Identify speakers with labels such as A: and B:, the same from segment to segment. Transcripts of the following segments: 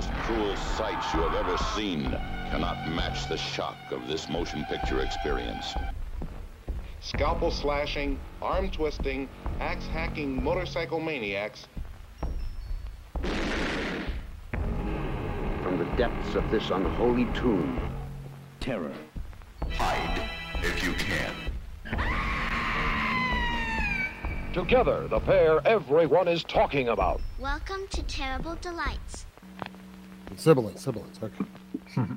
A: cruel sights you have ever seen cannot match the shock of this motion picture experience.
B: Scalpel slashing, arm twisting, axe hacking motorcycle maniacs.
C: From the depths of this unholy tomb,
D: terror.
E: Hide if you can.
F: Together, the pair everyone is talking about.
G: Welcome to Terrible Delights.
H: Sibilance, sibilance. Okay.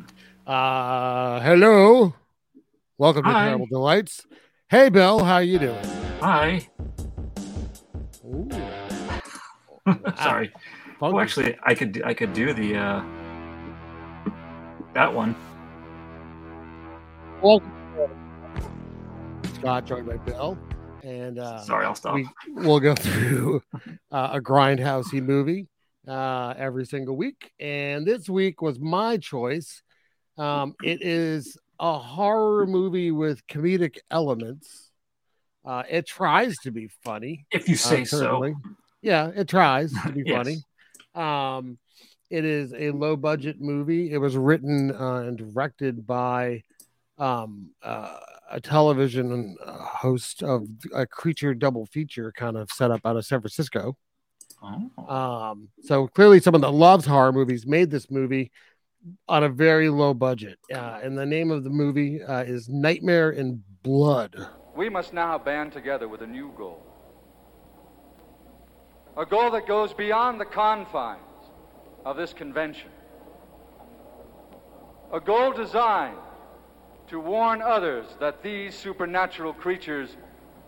H: uh, hello. Welcome to
I: Hi.
H: Terrible Delights. Hey, Bill, how you doing?
I: Hi.
H: Ooh,
I: Sorry.
H: funky.
I: Well, oh, actually, I could I could do the uh, that one.
H: Welcome. Scott joined by Bill, and uh,
I: Sorry, I'll stop.
H: we, we'll go through uh, a grindhousey movie uh, every single week and this week was my choice um, it is a horror movie with comedic elements uh, it tries to be funny
I: If you
H: uh,
I: say so.
H: certainly. yeah it tries to be
I: Yes.
H: funny um, it is a low budget movie it was written uh, and directed by um, uh, a television uh, host of a creature double feature kind of set up out of San Francisco.
I: Oh.
H: Um, so clearly, someone that loves horror movies made this movie on a very low budget. Uh, and the name of the movie uh, is Nightmare in Blood.
J: We must now band together with a new goal. A goal that goes beyond the confines of this convention. A goal designed to warn others that these supernatural creatures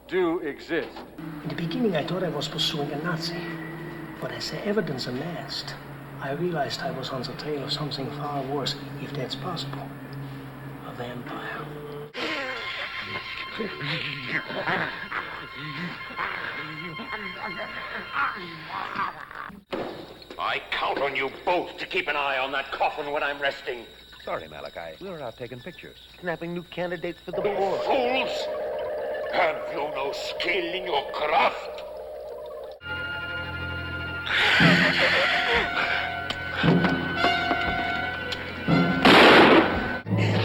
J: do exist.
K: In the beginning, I thought I was pursuing a Nazi, but as the evidence amassed, I realized I was on the trail of something far worse, if that's possible. A vampire.
L: I count on you both to keep an eye on that coffin when I'm resting.
M: Sorry, Malachi. We were out taking pictures, snapping new candidates for the war.
L: Fools! Have you no skill in your craft?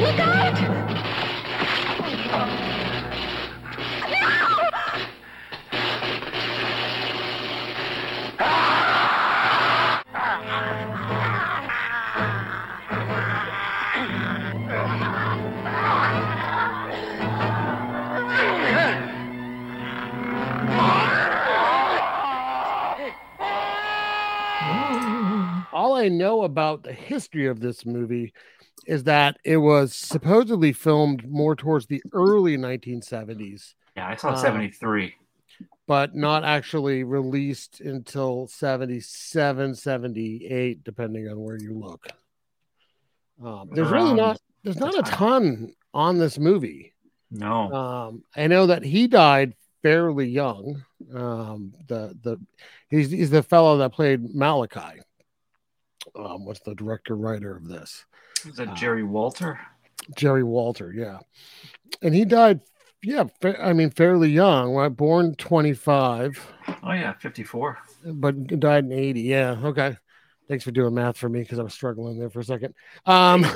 N: Look out!
H: All I know about the history of this movie is that it was supposedly filmed more towards the early 1970s,
I: Yeah, I saw
H: uh,
I: seventy three.
H: but not actually released until 77, 78, depending on where you look. Um, there's really
I: Around
H: not there's not a
I: time.
H: ton on this movie.
I: No.
H: Um, I know that he died fairly young. Um, the the he's he's the fellow that played Malachi. Um, what's the director writer of this?
I: Is
H: uh,
I: that Jerry Walter?
H: Jerry Walter, yeah, and he died. Yeah, fa- I mean, fairly young. Right, born twenty five,
I: Oh yeah, fifty four.
H: but died in eighty. Yeah, okay. Thanks for doing math for me because I was struggling there for a second. Um,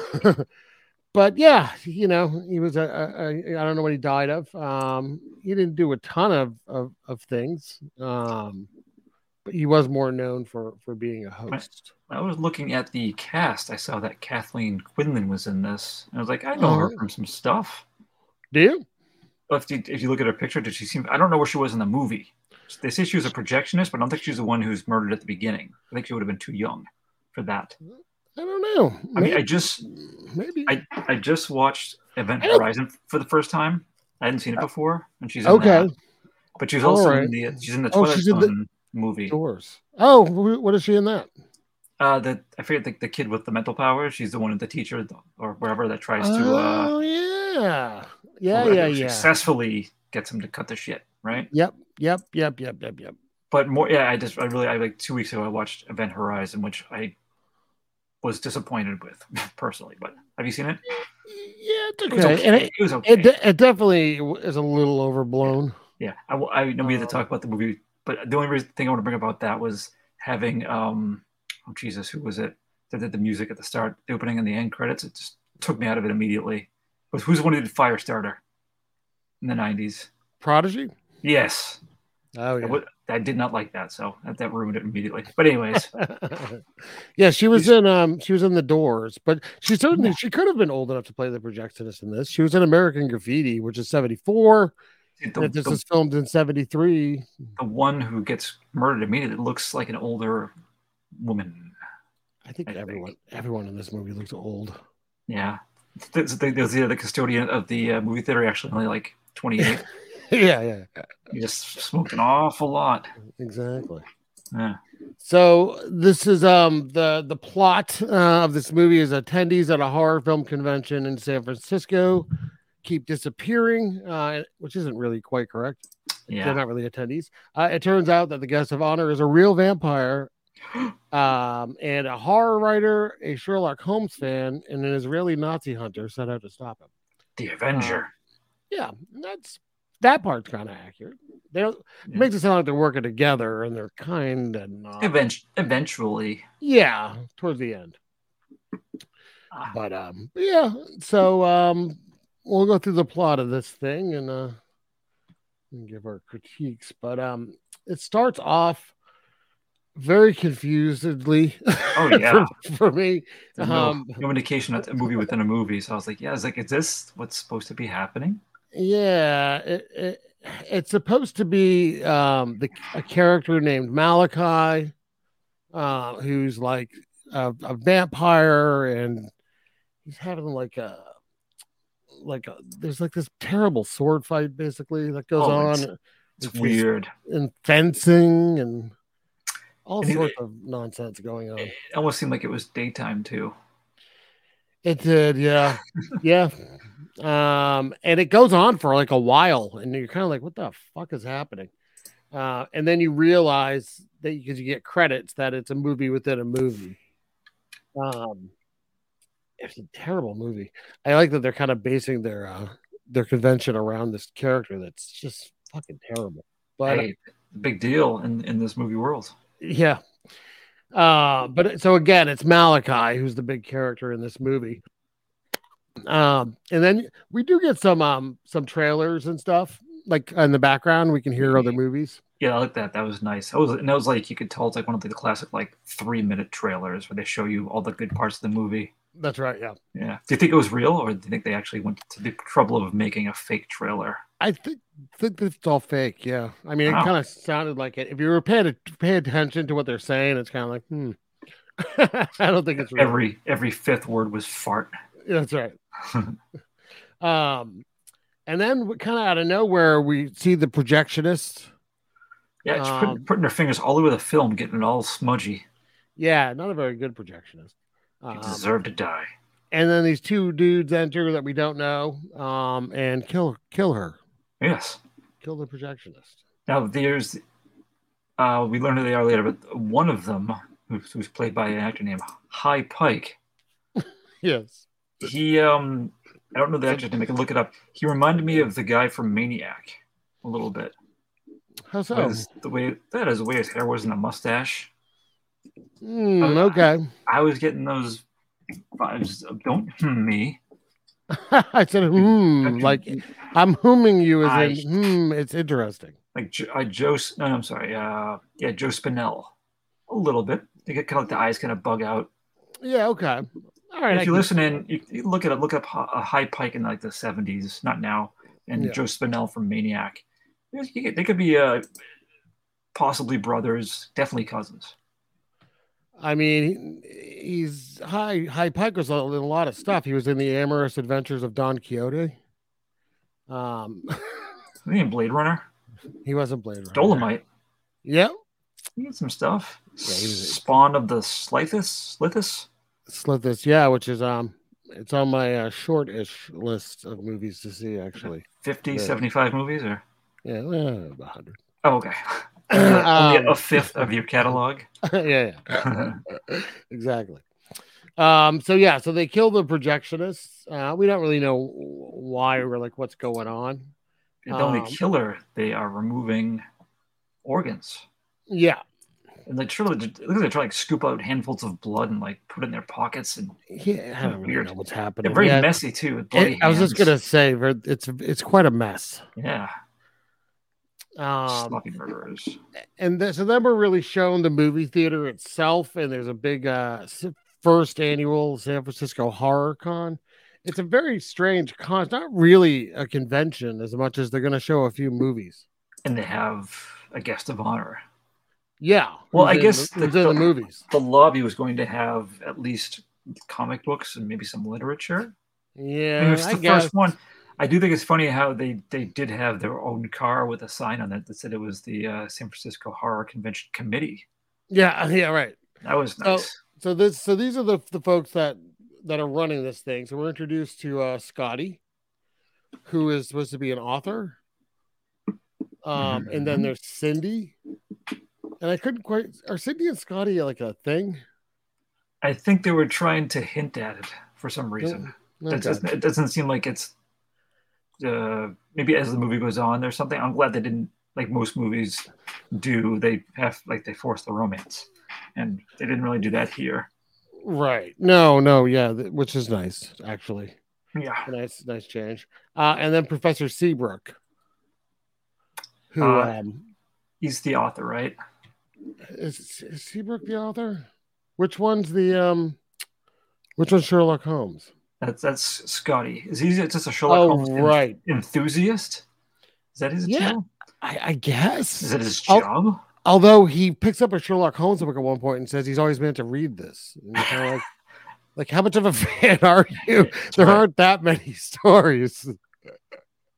H: but yeah, you know, he was a, a, a I don't know what he died of. Um, he didn't do a ton of of, of things. Um, but he was more known for for being a host.
I: I was looking at the cast. I saw that Kathleen Quinlan was in this. I was like, I know
H: Oh,
I: her
H: really?
I: from some stuff.
H: Do you?
I: But if you, if you look at her picture, did she seem? I don't know where she was in the movie. They say she was a projectionist, but I don't think she's the one who's murdered at the beginning. I think she would have been too young for that.
H: I don't know.
I: I mean, I
H: Maybe-
I: just
H: maybe.
I: I I just watched Event
H: I don't-
I: Horizon for the first time. I hadn't seen it before, and she's in
H: Okay.
I: that. But she's also
H: Alright.
I: in the she's in the
H: Oh,
I: Twilight
H: she's in
I: Zone
H: the-
I: movie.
H: Doors. Oh, wh- what is she in that?
I: Uh, the I forget the, the kid with the mental powers. She's the one, the teacher or wherever that tries to uh,
H: oh yeah, yeah,
I: whatever,
H: yeah, yeah.
I: successfully gets him to cut the shit right.
H: Yep, yep, yep, yep, yep, yep.
I: But more, yeah. I just I really I like two weeks ago I watched Event Horizon, which I was disappointed with personally. But have you seen it?
H: Yeah, it's
I: It
H: okay.
I: was okay.
H: And it,
I: It was okay.
H: it, de- it definitely is a little overblown.
I: Yeah, I, w- I know we had to talk about the movie, but the only reason, thing I want to bring about that was having um, oh Jesus, who was it? that did the music at the start, the opening and the end credits. It just took me out of it immediately. But who's the one who did Firestarter in the '90s?
H: Prodigy.
I: Yes.
H: Oh yeah.
I: I, would- I did not like that, so that, that ruined it immediately. But anyways,
H: yeah, she was in um she was in the Doors, but she certainly she could have been old enough to play the projectionist in this. She was in American Graffiti, which is seventy four.
I: the-
H: If this
I: the-
H: is filmed in seventy three,
I: the one who gets murdered immediately looks like an older woman.
H: I think everyone everyone in this movie looks old.
I: Yeah. There's, there's the, the custodian of the uh, movie theater actually only like 28.
H: yeah, yeah.
I: He just smoked an awful lot.
H: Exactly.
I: Yeah.
H: So this is um the the plot uh, of this movie is attendees at a horror film convention in San Francisco keep disappearing, uh, which isn't really quite correct.
I: Yeah.
H: They're not really attendees. Uh, it turns out that the guest of honor is a real vampire, um, and a horror writer, a Sherlock Holmes fan, and an Israeli Nazi hunter set out to stop him.
I: The Avenger.
H: Yeah, that's that part's kind of accurate. They don't,
I: Uh,
H: It makes it sound like they're working together, and they're kind of not.
I: Event- eventually.
H: Yeah, towards the end.
I: Ah,
H: But um yeah, so um we'll go through the plot of this thing and uh and give our critiques, but um it starts off very confusedly.
I: Oh, yeah.
H: for, for me.
I: There's no, no indication that a movie within a movie. So I was like, yeah, I was like, is this what's supposed to be happening?
H: Yeah, it, it, it's supposed to be um, the, a character named Malachi, uh, who's like a, a vampire, and he's having like a like a, there's like this terrible sword fight basically that goes
I: Oh,
H: on.
I: it's- it's
H: with this-
I: weird.
H: and fencing and all
I: And it-
H: sorts of nonsense going on.
I: It almost seemed like it was daytime too.
H: It did, yeah, yeah. Um, and it goes on for like a while, and you're kind of like, "What the fuck is happening?" Uh, and then you realize that because you get credits that it's a movie within a movie. Um, it's a terrible movie. I like that they're kind of basing their uh, their convention around this character that's just fucking terrible. But
I: hey, big deal in, in this movie world.
H: yeah. Uh, but it- so again, it's Malachi who's the big character in this movie. Um, and then we do get some um some trailers and stuff like in the background. We can hear other movies.
I: Yeah, I like that. That was nice. I was and that was like you could tell it's like one of the classic like three minute trailers where they show you all the good parts of the movie.
H: That's right. Yeah,
I: Yeah. Do you think it was real, or do you think they actually went to the trouble of making a fake trailer?
H: I think think that it's all fake. Yeah, I mean, it
I: Wow.
H: kind of sounded like it. If you were paying pay attention to what they're saying, it's kind of like, hmm. I don't think it's real.
I: Every every fifth word was fart.
H: That's right. um, and then kind of out of nowhere, we see the projectionist.
I: Yeah, it's
H: Um,
I: putting, putting their fingers all over the film, getting it all smudgy.
H: Yeah, not a very good projectionist.
I: You
H: Um,
I: deserve to die.
H: and then these two dudes enter that we don't know, um, and kill kill her,
I: Yes.
H: kill the projectionist.
I: Now there's, uh, we learn who they are later, but one of them, who's, who's played by an actor named High Pike,
H: Yes.
I: he um, I don't know the actor's name. I can look it up. He reminded me of the guy from Maniac a little bit.
H: How so?
I: Because the way that is the way his hair was in a mustache. Uh,
H: Hmm, okay,
I: I was getting those vibes of don't hmm me.
H: I said hmm, like I'm humming you
I: I-
H: as in hmm. It's interesting.
I: like Jo- uh, Joe. S- No, I'm sorry. Uh, yeah, Joe Spinell. A little bit. They get kind of like the eyes kind of bug out.
H: Yeah. Okay. All right. I
I: if you
H: can-
I: listen in, you, you look at it. Look up Hi- uh, High Pike in like the '70s, not now, and
H: Yeah.
I: Joe Spinell from Maniac. You- you- They could be uh, possibly brothers, definitely cousins.
H: I mean, he- he's high. High Pike was in a lot of stuff. He was in the Amorous Adventures of Don Quixote. Um,
I: I mean, Blade Runner,
H: he wasn't Blade Runner.
I: Dolomite,
H: Yeah,
I: you get some stuff.
H: he was a-
I: Spawn of the Slithus, Slithus.
H: slit this. Yeah, which is um, it's on my uh, short-ish list of movies to see. Actually,
I: 50,
H: Yeah.
I: 75 movies, or
H: yeah, uh, about 100.
I: oh, okay, Only
H: Um,
I: a fifth of your catalog.
H: yeah, yeah. exactly. Um, so yeah, so they kill the projectionists. Uh, we don't really know why or like what's going on.
I: They don't
H: Um,
I: only kill her, they are removing organs.
H: Yeah.
I: And like, surely, it looks like they're trying to like, scoop out handfuls of blood and like put it in their pockets. And
H: yeah, I don't really know what's happening.
I: Yeah, very
H: Yeah.
I: messy too. With bloody
H: It- I was just
I: hands.
H: gonna say, ver- it's it's quite a mess.
I: Yeah.
H: Um,
I: Sloppy murderers.
H: and th- so then we're really shown the movie theater itself, and there's a big uh, s- first annual San Francisco Horror Con. It's a very strange con. It's not really a convention as much as they're going to show a few movies.
I: And they have a guest of honor.
H: Yeah.
I: Well,
H: who's
I: I
H: in
I: guess
H: the, who's in the movies.
I: The lobby was going to have at least comic books and maybe some literature. I mean,
H: Yeah,
I: it was
H: Uh, I
I: the
H: guess.
I: first one. I do think it's funny how they, they did have their own car with a sign on it that said it was the uh, San Francisco Horror Convention Committee.
H: Yeah, yeah, right.
I: That was
H: So,
I: nice.
H: so this, so these are the the folks that that are running this thing. So we're introduced to uh, Scotty, who is supposed to be an author. Um, and then there's Cindy, and I couldn't quite. Are Cindy and Scotty like a thing?
I: I think they were trying to hint at it for some reason.
H: okay.
I: That doesn't, it doesn't seem like it's uh, maybe as the movie goes on or something. I'm glad they didn't like most movies do. They have like they force the romance, and they didn't really do that here.
H: Right. No. No. Yeah. th- Which is nice, actually.
I: Yeah.
H: Nice. Nice change. Uh, and then Professor Seabrook, who
I: Uh,
H: um,
I: He's the author, right?
H: is, is Seabrook the author? Which one's the um? Which one's Sherlock Holmes?
I: That's that's Scotty. Is he just a Sherlock
H: Oh,
I: Holmes en-
H: right.
I: enthusiast? Is that his
H: Yeah,
I: channel?
H: I, I guess.
I: Is it his
H: Al-
I: job?
H: Although he picks up a Sherlock Holmes book at one point and says he's always meant to read this. And you're kinda like, like, how much of a fan are you? There aren't that many stories.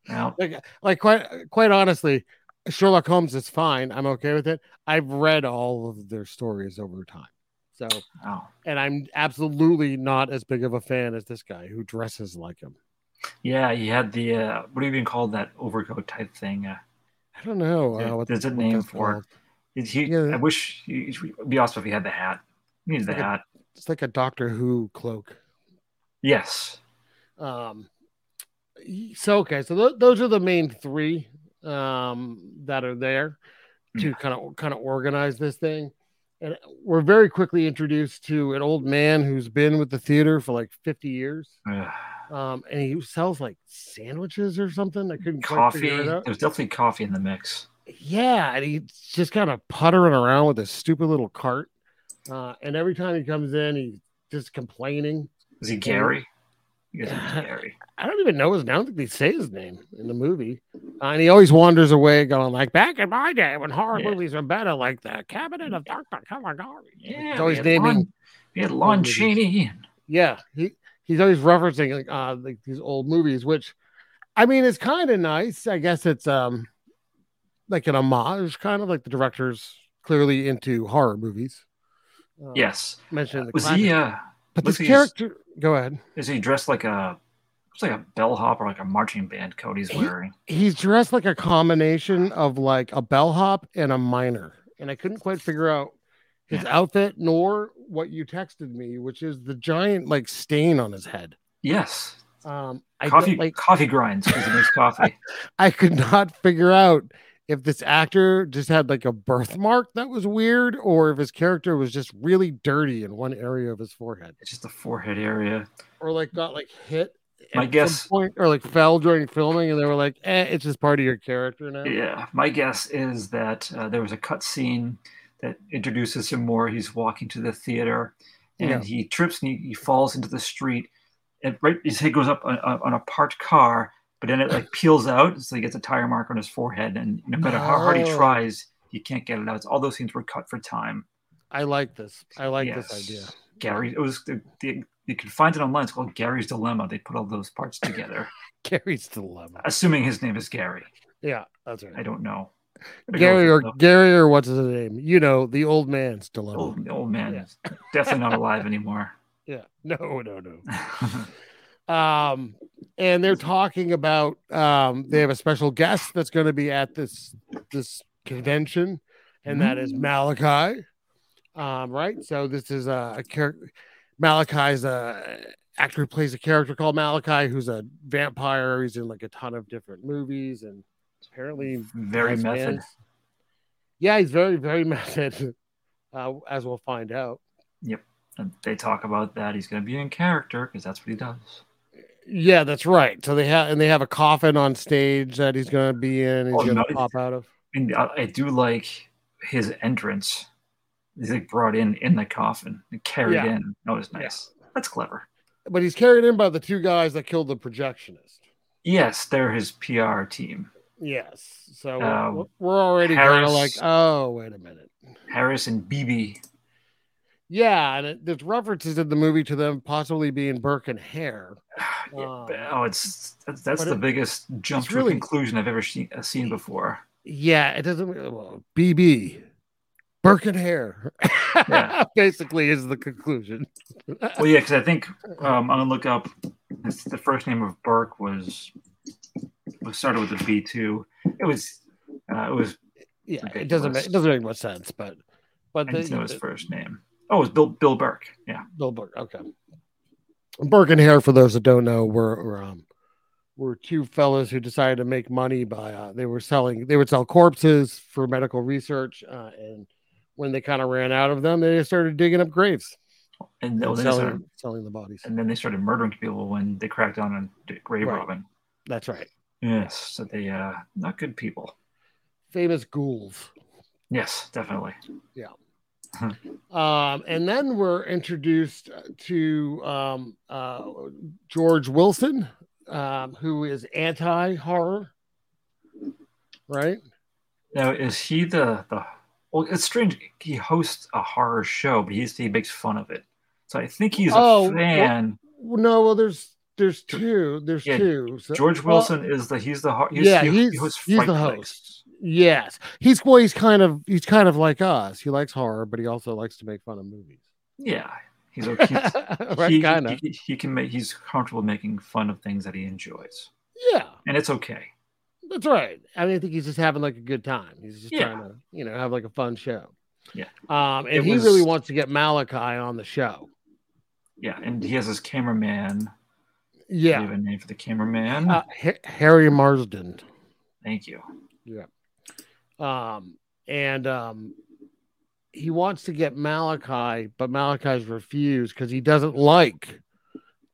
I: No.
H: Like, like quite quite honestly, Sherlock Holmes is fine. I'm okay with it. I've read all of their stories over time. So
I: Oh.
H: and I'm absolutely not as big of a fan as this guy who dresses like him.
I: Yeah, he had the uh, what do you even call that overcoat type thing? Uh,
H: I don't know.
I: Yeah,
H: uh, what
I: there's a
H: what
I: name
H: that's
I: for it.
H: called.
I: Is he,
H: Yeah.
I: I wish he, he- it'd be awesome if he had the hat. He needs the
H: Okay.
I: hat.
H: It's like a Doctor Who cloak.
I: Yes.
H: Um, y- so okay, so th- those are the main three um, that are there
I: Hmm.
H: to kind of kind of organize this thing, and we're very quickly introduced to an old man who's been with the theater for like fifty years,
I: Ugh.
H: um, and he sells like sandwiches or something. I couldn't quite
I: coffee.
H: figure it out.
I: There's definitely coffee in the mix.
H: Yeah, and he's just kind of puttering around with this stupid little cart, uh, and every time he comes in, he's just complaining.
I: Is he
H: And-
I: Gary? You guys think he's Gary.
H: I don't even know his name. I don't think they say his name in the movie. Uh, and he always wanders away going like, back in my day when horror
I: Yeah.
H: movies were better, like the Cabinet of Dr. Caligari.
I: Yeah,
H: It's always
I: we had
H: naming-
I: Lon, we had Lon
H: old movies.
I: Chaney. and-
H: Yeah. He, he's always referencing like, uh, like these old movies, which I mean, it's kind of nice. I guess it's um like an homage, kind of like the director's clearly into horror movies. Uh,
I: yes.
H: Mentioned the
I: Was he?
H: classics.
I: Uh,
H: but
I: was
H: this
I: he-
H: character, go ahead.
I: Is he dressed like a? It's like a bellhop or like a marching band coat he's wearing.
H: he's dressed like a combination of like a bellhop and a miner and i couldn't quite figure out his outfit nor what you texted me which is the giant like stain on his head
I: Yes.
H: um i
I: coffee
H: don't, like
I: coffee grinds because he makes coffee.
H: i could not figure out if this actor just had like a birthmark that was weird or if his character was just really dirty in one area of his forehead
I: It's just the forehead area.
H: or like got like hit
I: My
H: at some
I: guess-
H: point, or like fell during filming and they were like eh, it's just part of your character now
I: Yeah, my guess is that uh, there was a cut scene that introduces him more. He's walking to the theater, and
H: Yeah.
I: he trips and he, he falls into the street. And right, his head goes up on, on on a parked car, but then it like peels out, so he gets a tire mark on his forehead. And no matter how hard he
H: Oh.
I: tries, he can't get it out. All those scenes were cut for time.
H: i like this i like
I: Yes.
H: this idea
I: Gary, it was the, the, you can find it online. It's called Gary's Dilemma. They put all those parts together,
H: Gary's dilemma.
I: assuming his name is Gary.
H: Yeah, that's right.
I: I don't know. Gotta go
H: Gary
I: with
H: or
I: the-
H: Gary or what's his name? You know, the old man's dilemma.
I: old, the old Oh, man is definitely not alive anymore.
H: Yeah. No, no, no. um, and they're talking about um they have a special guest that's gonna be at this this convention, and that
I: Mm.
H: is Malachi. Um, right. So this is a, a character Malachi's a actor who plays a character called Malachi, who's a vampire. He's in like a ton of different movies and apparently
I: Very
H: has
I: method.
H: fans. Yeah, he's very, very method. uh, as we'll find out.
I: Yep. And they talk about that he's going to be in character because that's what he does.
H: Yeah, that's right. So they have and they have a coffin on stage that he's going to be in. He's
I: Oh,
H: going
I: no,
H: to pop out of.
I: And I, I do like his entrance. He's like brought in in the coffin and carried
H: Yeah.
I: in. That was nice. That's clever.
H: But he's carried in by the two guys that killed the projectionist.
I: Yes, they're his PR team.
H: Yes. So
I: Um,
H: we're, we're already kind of
I: Harris-
H: like, oh, wait a minute.
I: Harris and BB.
H: Yeah, and it, there's references in the movie to them possibly being Burke and Hare. Um,
I: Oh, it's that's, that's
H: But
I: the
H: it-
I: biggest jump
H: it's
I: to
H: really-
I: a conclusion I've ever seen, uh, seen before.
H: yeah, it doesn't. Well, BB, Burke and Hare,
I: Yeah.
H: basically is the conclusion.
I: Well, yeah, because I think um, I'm gonna look up it's the first name of Burke was was started with a B two. It was uh, it was
H: yeah, it doesn't. Make, it doesn't make much sense, but but
I: I didn't
H: the-
I: know his first name. Oh, it was Bill Bill Burke. Yeah,
H: Bill Burke. Okay. Burke and Hare, for those that don't know, were, were um were two fellas who decided to make money by uh, they were selling they would sell corpses for medical research, uh, and when they kind of ran out of them, they just started digging up graves
I: and,
H: and
I: then they
H: selling
I: started,
H: selling the bodies.
I: and then they started murdering people when they cracked down on d- grave
H: Right.
I: robbing.
H: That's right.
I: Yes, so they uh, not good people.
H: Famous ghouls.
I: Yes, definitely.
H: Yeah.
I: Huh.
H: Um, and then we're introduced to um, uh, George Wilson, um, who is anti horror, right?
I: Now, is he the the? Well, it's strange. He hosts a horror show, but he's he makes fun of it. So I think he's
H: Oh,
I: a fan.
H: Well, no, well, there's there's two, there's
I: Yeah,
H: two. So-
I: George
H: well,
I: Wilson is the he's the ho- he's,
H: yeah,
I: he- he
H: he's,
I: hosts
H: he's
I: Fright
H: the
I: Night.
H: host. Yes, he's well, he's kind of he's kind of like us. He likes horror, but he also likes to make fun of movies.
I: Yeah, he's okay.
H: Right,
I: he,
H: kinda.
I: he, he can make he's comfortable making fun of things that he enjoys,
H: Yeah,
I: and it's okay.
H: that's right. I mean, I think he's just having like a good time. He's just
I: Yeah.
H: trying to you know have like a fun show.
I: Yeah.
H: Um, and
I: It
H: he
I: was-
H: really wants to get Malachi on the show.
I: Yeah, and he has his cameraman. Do you
H: Yeah,
I: have a name for the cameraman?
H: uh, Ha- Harry Marsden.
I: Thank you.
H: Yeah. Um, and um, he wants to get Malachi, but Malachi's refused because he doesn't like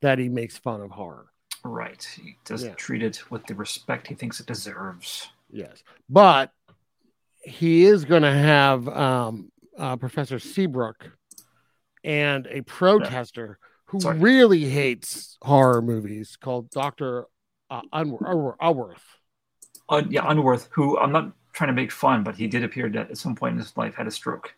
H: that he makes fun of horror.
I: Right, he does
H: Yeah.
I: treat it with the respect he thinks it deserves.
H: Yes, but he is going to have um, uh, Professor Seabrook and a protester who
I: Sorry.
H: really hates horror movies called Doctor uh, Unworth. Unworth.
I: Uh, yeah, Unworth, who I'm not trying to make fun, but he did appear that at some point in his life had a stroke.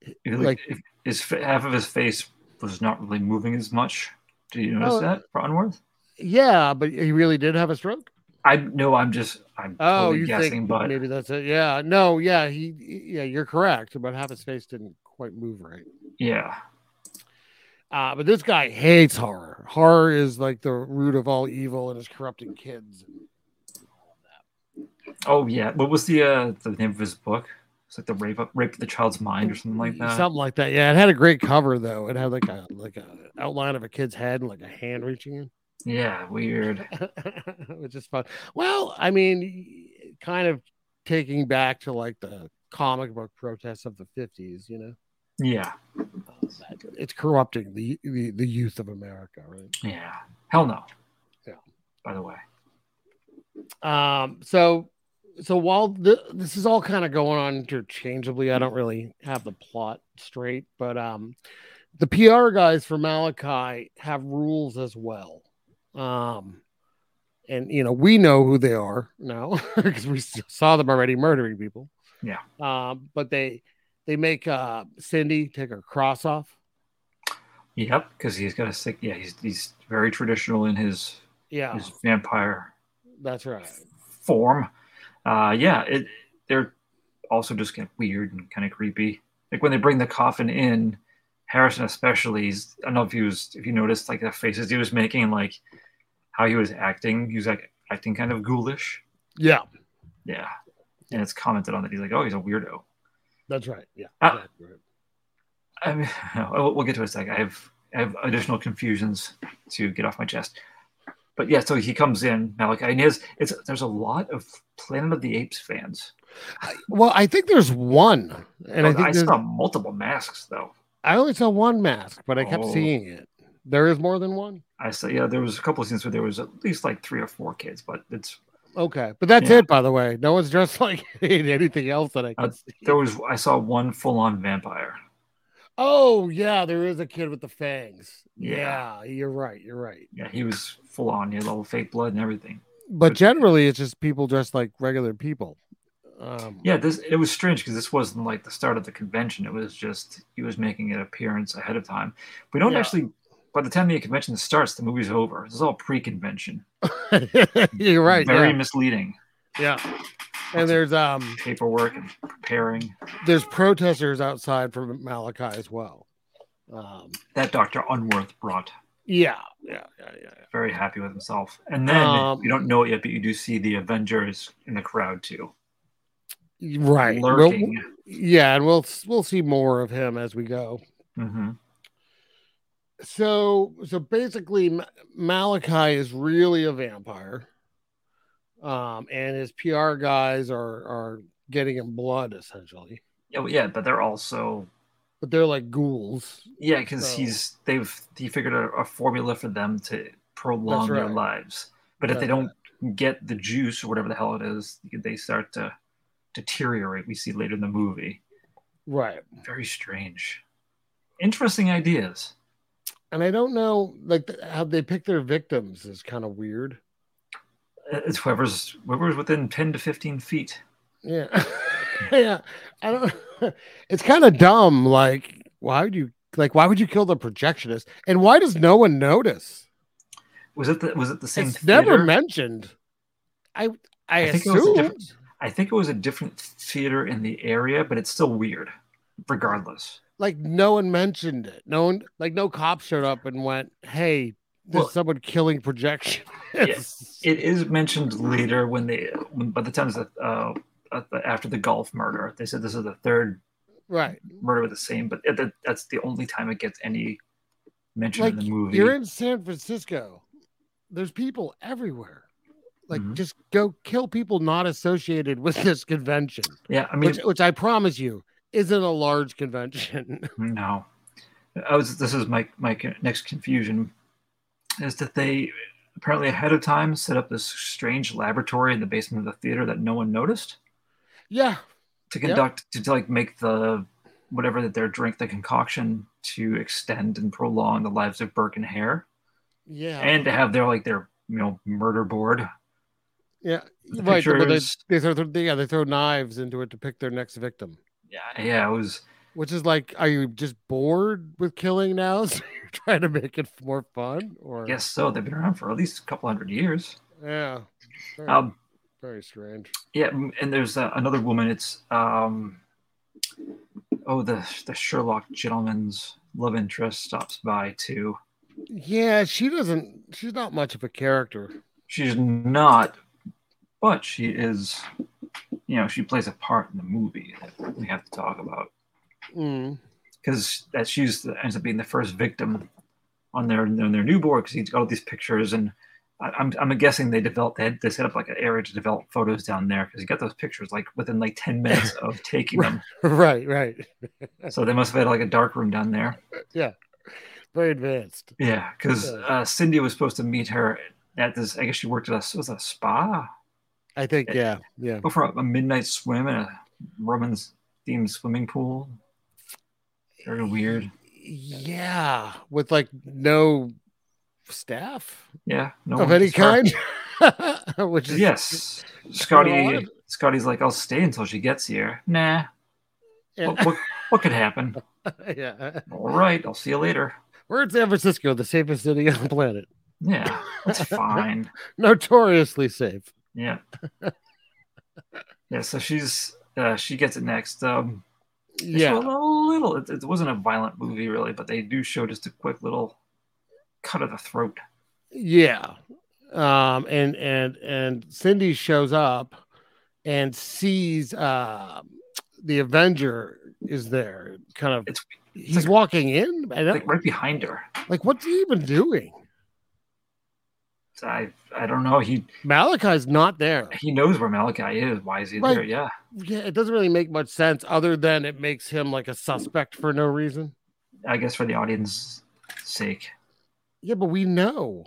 I: If you look-
H: Like-
I: if his fa- half of his face was not really moving as much. Did you notice
H: Oh.
I: that for Unworth?
H: Yeah, but he really did have a stroke.
I: I no, I'm just I'm
H: Oh,
I: totally
H: you
I: guessing,
H: think
I: but
H: maybe that's it? Yeah, no, yeah, he, yeah, you're correct. About half his face didn't quite move right.
I: yeah,
H: Uh, but this guy hates horror. Horror is like the root of all evil and is corrupting kids.
I: oh yeah. What was the uh, the name of his book? It's like the rape of, rape of the child's mind or something like that.
H: Something like that. Yeah, it had a great cover though. It had like a like a outline of a kid's head and like a hand reaching in,
I: Yeah, weird.
H: which is fun. Well, I mean, kind of taking back to like the comic book protests of the 50s, you know.
I: Yeah,
H: It's corrupting the the, the youth of America, right?
I: yeah. Hell no.
H: Yeah.
I: By the way,
H: Um, so so while th- this is all kind of going on interchangeably, I don't really have the plot straight, but um, the PR guys for Malachi have rules as well. Um, and you know we know who they are now because we s- saw them already murdering people.
I: Yeah.
H: Um, but they they make uh Cindy take her cross off.
I: yep. Because he's got a sick. Yeah, he's he's very traditional in his
H: Yeah,
I: his vampire
H: that's right.
I: form. Uh, yeah, it, they're also just get weird and kind of creepy. Like when they bring the coffin in, Harrison especially. He's, I don't know if you was if you noticed like the faces he was making, and like how he was acting. He was like acting kind of ghoulish.
H: Yeah,
I: Yeah, and it's commented on that he's like, oh, he's a weirdo.
H: that's right. Yeah.
I: Ah.
H: exactly right.
I: I mean, we'll we'll get to it in a sec. I have I have additional confusions to get off my chest. But yeah, so he comes in, Malachi, and he has, it's, there's a lot of Planet of the Apes fans.
H: Well, I think there's one, and I
I: I,
H: think there's-
I: saw multiple masks though.
H: I only saw one mask, but I kept
I: Oh.
H: seeing it. There is more than one.
I: I saw yeah, there was a couple of scenes where there was at least like three or four kids, but it's
H: Okay, but that's
I: Yeah.
H: it. By the way, no one's dressed like in anything else that I
I: uh,
H: can see.
I: there was I saw one full on vampire.
H: Oh yeah, there is a kid with the fangs. Yeah,
I: Yeah.
H: you're right. You're right.
I: Yeah, he was full on, he had all the fake blood and everything.
H: But generally, it's just people dressed like regular people. Um,
I: Yeah, this it was strange because this wasn't like the start of the convention. It was just he was making an appearance ahead of time. We don't
H: Yeah.
I: actually by the time the convention starts, the movie's over. This is all pre-convention.
H: you're right.
I: Very
H: yeah.
I: misleading.
H: yeah. And there's um
I: Paperwork and preparing.
H: there's protesters outside for Malachi as well. Um,
I: That Dr. Unworth brought.
H: yeah, yeah, yeah, yeah.
I: Very happy with himself. And then
H: Um,
I: you don't know it yet, but you do see the Avengers in the crowd too.
H: yeah. Right. We'll-
I: Lurking.
H: yeah, and we'll we'll see more of him as we go.
I: Mm-hmm.
H: so so basically M- malachi is really a vampire um and his pr guys are are getting him blood essentially
I: Yeah, well, yeah, but they're also
H: but they're like ghouls
I: yeah, because
H: So-
I: he's they've he figured out a formula for them to prolong their
H: right.
I: lives. But if they
H: That's
I: don't get the juice or whatever the hell it is, they start to deteriorate. We see later in the movie.
H: right
I: Very strange. Interesting ideas.
H: and i don't know like th- how they pick their victims is kind of weird
I: Uh, It's whoever's whoever's within ten to fifteen feet.
H: yeah yeah i don't it's kind of dumb like why would you like why would you kill the projectionist and why does no one notice
I: Was it the was it the same?
H: it's never
I: theater?
H: mentioned i i,
I: I think it was a
H: assumed
I: different- I think it was a different theater in the area, but it's still weird, regardless.
H: like no one mentioned it. No one, like no cop showed up and went, "Hey, there's
I: Well-
H: someone killing projection."
I: Yes, it is mentioned later when they, when, by the time that uh, at the- after the golf murder, they said this is the third
H: right?
I: murder with the same, but it, that, that's the only time it gets any mention
H: Like
I: in the movie.
H: you're in San Francisco. There's people everywhere. Like
I: Mhm.
H: just go kill people not associated with this convention,
I: yeah, I mean,
H: which, which I promise you isn't a large convention.
I: no, I was. This is my my con- next confusion, is that they apparently ahead of time set up this strange laboratory in the basement of the theater that no one noticed.
H: yeah,
I: to
H: Yep.
I: conduct to, to, like make the whatever that their drink the concoction to extend and prolong the lives of Burke and Hare
H: yeah,
I: and to have their like their you know murder board
H: yeah.
I: the
H: right. where They,
I: pictures-
H: they throw, they- yeah, they throw knives into it to pick their next victim.
I: yeah yeah it was
H: Which is like, are you just bored with killing now? So you're trying to make it more fun, or
I: I guess so they've been around for at least a couple hundred years
H: yeah, very,
I: um
H: very strange.
I: yeah m- and there's uh, another woman it's um oh the the Sherlock gentleman's love interest stops by too
H: Yeah, she doesn't. She's not much of a character.
I: she's not but she is you know she plays a part in the movie that we have to talk about
H: Mm.
I: because that she's the, ends up being the first victim on their on their new board because he's got all these pictures and I, I'm I'm guessing they developed they, had, they set up like an area to develop photos down there because he got those pictures like within like ten minutes of taking them
H: right, right.
I: so they must have had like a dark room down there
H: Very advanced.
I: yeah because
H: Yeah.
I: uh, Cindy was supposed to meet her at this I guess she worked at a was it a spa
H: I think. Yeah,
I: Yeah.
H: yeah.
I: go for a, a midnight swim in a Roman themed swimming pool very weird
H: Yeah, with like no staff
I: yeah no
H: of
I: one
H: any
I: was hurt.
H: kind. Which is
I: Yes,
H: Well, I-
I: Scotty. Scotty's like, I'll stay until she gets here. Nah.
H: Yeah.
I: What, what, what could happen?
H: yeah.
I: All right, I'll see you later.
H: We're in San Francisco, the safest city on the planet.
I: Yeah, that's fine.
H: Notoriously safe.
I: Yeah. Yeah. So she's uh, she gets it next. Um, they show
H: Yeah.
I: a little. It, it wasn't a violent movie really, but they do show just a quick little cut of the throat.
H: Yeah. Um and and and Cindy shows up and sees uh the Avenger is there kind of
I: It's-
H: he's
I: like-
H: walking in. I don't
I: Like right behind her.
H: like what's he even doing?
I: I I don't know. He
H: Malachi's not there.
I: He knows where Malachi is. Why is he
H: Right.
I: there? Yeah.
H: Yeah, it doesn't really make much sense other than it makes him like a suspect for no reason.
I: I guess for the audience's sake.
H: Yeah, but we know.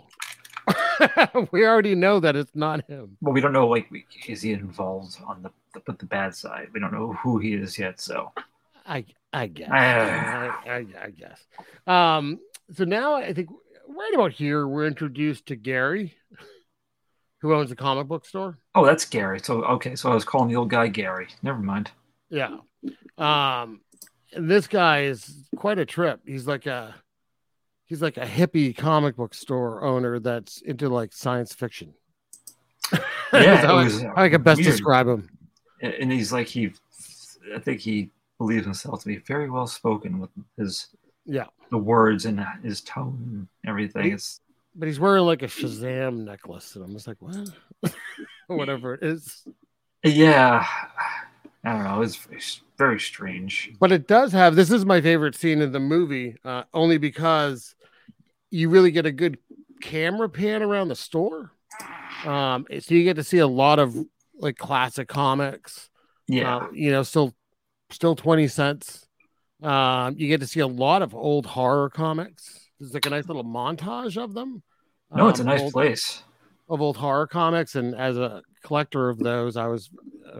H: we already know that it's not him.
I: But we don't know like we- is he involved on the the, but the bad side? We don't know who he is yet. So
H: I I guess.
I: Ah.
H: I, I, I guess. Um, so now I think right about here we're introduced to Gary, who owns a comic book store.
I: oh, that's Gary. So okay, so I was calling the old guy Gary. Never mind.
H: Yeah. Um, and this guy is quite a trip. He's like a he's like a hippie comic book store owner that's into like science fiction.
I: Yeah,
H: That's how,
I: it
H: I-
I: was, uh,
H: how I can best
I: weird.
H: describe him.
I: And- And he's like he, I think he believes himself to be very well spoken with his
H: Yeah.
I: the words and his tone and everything. It's
H: But he's wearing like a Shazam necklace, and I'm just like, what? Whatever it is.
I: yeah, I don't know. It's, it's very strange.
H: But it does have this is my favorite scene in the movie, uh, only because you really get a good camera pan around the store. Um, so you get to see a lot of like classic comics.
I: Yeah.
H: Uh, you know, still still 20 cents. Um, you get to see a lot of old horror comics. There's like a nice little montage of them.
I: No, it's a
H: Um,
I: nice
H: old-
I: place.
H: of old horror comics, and as a collector of those, I was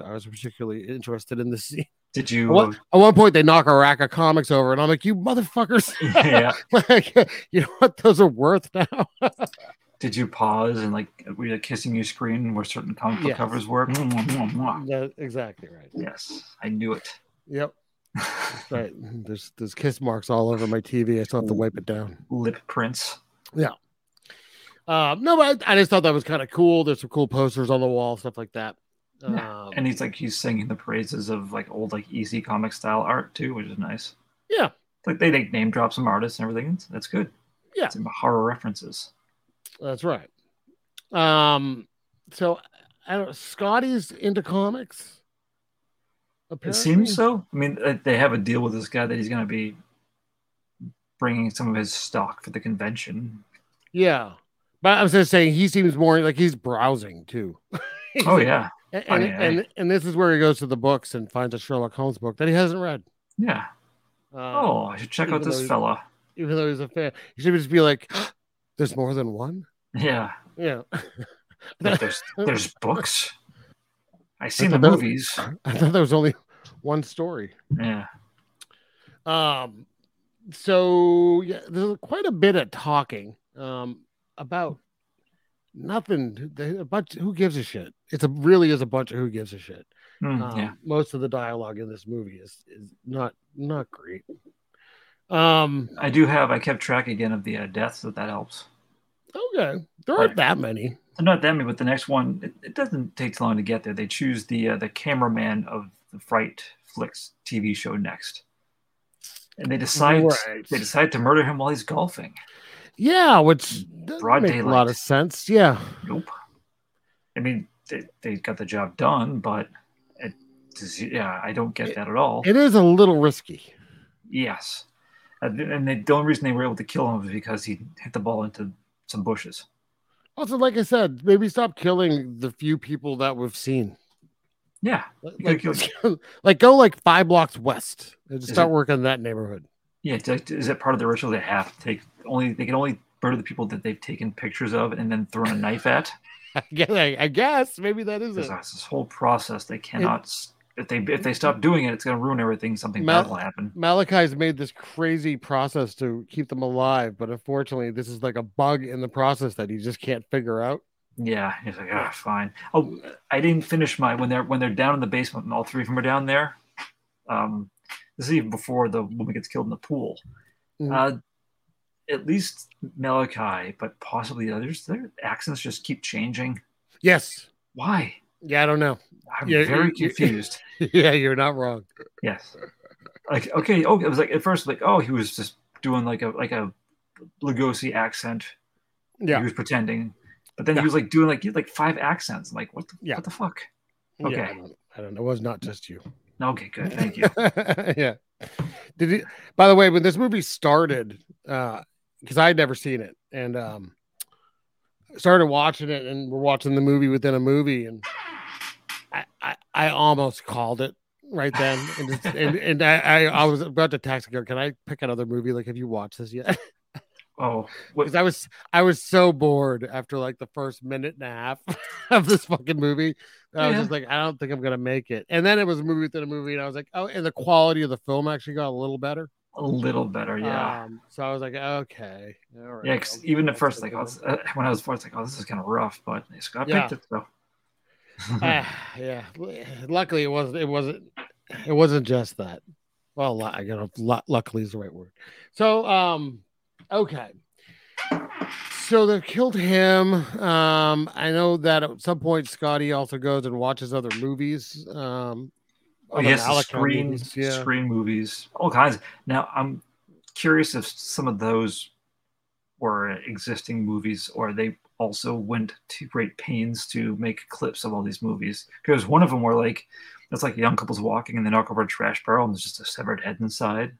H: I was particularly interested in this scene.
I: Did
H: At
I: you?
H: one, at one point, they knock a rack of comics over, and I'm like, "You motherfuckers!
I: Yeah.
H: like, you know what those are worth now."
I: Did you pause and like were you kissing your screen where certain comic book
H: Yes.
I: covers were? Mwah, mwah, mwah, mwah.
H: yeah, exactly right.
I: Yes, I knew it.
H: Yep. That's right. There's there's kiss marks all over my TV. I still have to wipe it down.
I: Lip prints.
H: Yeah. Um, no, but I, I just thought that was kind of cool. There's some cool posters on the wall, stuff like that.
I: Yeah.
H: Um,
I: and he's like he's singing the praises of like old like easy comic style art too, which is nice.
H: Yeah.
I: Like they like name drop some artists and everything. That's- That's good.
H: Yeah.
I: Some horror references.
H: That's right. Um, so I don't. Scotty's into comics.
I: It
H: Apparently.
I: seems so. I mean, uh, they have a deal with this guy that he's going to be bringing some of his stock for the convention.
H: Yeah, but I was just saying he seems more like he's browsing too.
I: Oh yeah,
H: and,
I: I
H: and,
I: mean,
H: and and this is where he goes to the books and finds a Sherlock Holmes book that he hasn't read.
I: yeah.
H: Um,
I: oh, I should check out
H: even though
I: this
H: he-
I: fella.
H: even though he's a fan, he should just be like, "There's more than one."
I: Yeah.
H: Yeah,
I: Like, there's there's books. I seen
H: I
I: the
H: thought that-
I: movies.
H: I thought there was only one story.
I: Yeah.
H: Um, so yeah, there's quite a bit of talking um, about nothing. They- A bunch. Who gives a shit? It's a really is a bunch of who gives a shit.
I: Mm,
H: Um,
I: yeah.
H: Most of the dialogue in this movie is is not not great. Um.
I: I do have. I kept track again of the uh, deaths. That that helps.
H: Okay. There aren't that many.
I: They're not that many, but the next one it, it doesn't take long to get there. They choose the uh, the cameraman of the Fright Flicks TV show next, and they decide
H: Right.
I: they decide to murder him while he's golfing.
H: Yeah, which doesn't
I: Broad
H: make a lot
I: daylight.
H: of sense. Yeah.
I: Nope. I mean, they, they got the job done, but it, does- yeah, I don't get that at all.
H: It is a little risky.
I: Yes, and, and they, the only reason they were able to kill him was because he hit the ball into some bushes.
H: Also, like I said, maybe stop killing the few people that we've seen.
I: Yeah, you gotta
H: Like,
I: kill-
H: like go like five blocks west and just
I: Is
H: start
I: it-
H: working that neighborhood.
I: Yeah, it's like- is that part of the ritual? They have to take only they can only murder the people that they've taken pictures of and then thrown a knife at.
H: I guess, I, I guess maybe that is
I: There's
H: it.
I: this this whole process. They cannot s if they if they stop doing it, it's going to ruin everything. Something
H: Mal-
I: bad will happen.
H: Malachi's made this crazy process to keep them alive, but unfortunately, this is like a bug in the process that he just can't figure out.
I: Yeah, he's like, ah, fine. Oh, I didn't finish my when they're when they're down in the basement and all three of them are down there. Um, this is even before the woman gets killed in the pool.
H: Mm.
I: Uh, at least Malachi, but possibly others, their accents just keep changing.
H: Yes.
I: Why?
H: Yeah, I don't know.
I: I'm
H: Yeah,
I: very
H: you- you-
I: confused.
H: yeah, you're not wrong.
I: Yes. Like okay, oh, it was like at first like oh he was just doing like a like a Lugosi accent.
H: Yeah.
I: He was pretending, but then
H: Yeah.
I: he was like doing like he had like five accents. I'm like what the
H: Yeah.
I: what the fuck?
H: Yeah,
I: Okay.
H: I, don't, I don't know. It was not just you.
I: Okay. Good. Thank you.
H: yeah. Did you, by the way, uh, when this movie started, because I had never seen it, and um, started watching it and we're watching the movie within a movie and I, I, I almost called it right then and just, and, and I, I, I was about to text and go, can I pick another movie? Like, have you watched this yet?
I: Oh,
H: because I was I was so bored after like the first minute and a half of this fucking movie. that I was
I: Yeah.
H: just like, I don't think I'm gonna make it. And then it was a movie within a movie, and I was like, oh, and the quality of the film actually got a little better.
I: A little better, yeah.
H: Um, so I was like, Ah, okay, all right.
I: Yeah, 'cause even at first, like, I was, uh, when I was first, like, oh, this is kind of rough, but I just got
H: Yeah.
I: picked it, though.
H: Ah, yeah. Luckily, it wasn't. It wasn't. It wasn't just that. Well, lu- I got luckily is the right word. So, um, okay. So they killed him. Um, I know that at some point Scotty also goes and watches other movies. Um,
I: Oh,
H: other
I: yes, the
H: Malachi
I: screen,
H: movies, yeah.
I: screen movies, all kinds. Now, I'm curious if some of those were existing movies or they also went to great pains to make clips of all these movies. Because one of them were like, it's like young couples walking and they knock over a trash barrel and there's just a severed head inside.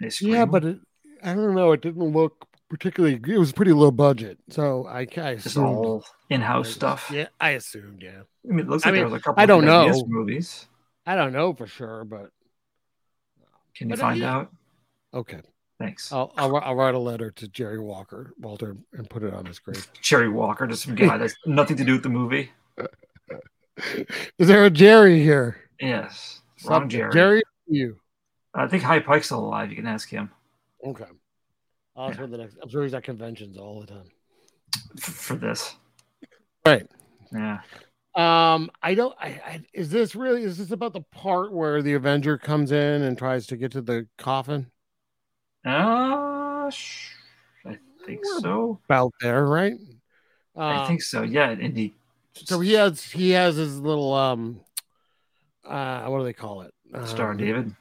I: They scream.
H: Yeah, but it, I don't know. It didn't look particularly. It was pretty low budget, so I, I
I: Just
H: assumed.
I: all in-house stuff.
H: Yeah, I assumed. Yeah.
I: I mean, it looks like there was a couple
H: I don't
I: of
H: know.
I: NES movies.
H: I don't know for sure, but
I: Can you
H: But, uh,
I: find
H: yeah.
I: out?
H: Okay.
I: Thanks.
H: I'll, I'll, wri- I'll write a letter to Jerry Walker, Walter, and put it on his grave.
I: Cherry Walker, just some guy that's nothing to do with the movie.
H: Is there a Jerry here?
I: Yes. Wrong
H: Some-
I: Jerry.
H: Jerry, you.
I: I think High Pike's still alive. You can ask him.
H: Okay. I'll ask him the next. I'm sure he's at conventions all the time.
I: f- for this.
H: Right.
I: Yeah.
H: Um, I don't. I, I is this really? Is this about the part where the Avenger comes in and tries to get to the coffin?
I: Uh, sh- I think so.
H: About there, right?
I: I think so. Yeah. And he,
H: Um, uh, So he has he has his little um, uh, what do they call it?
I: Star
H: Um,
I: David.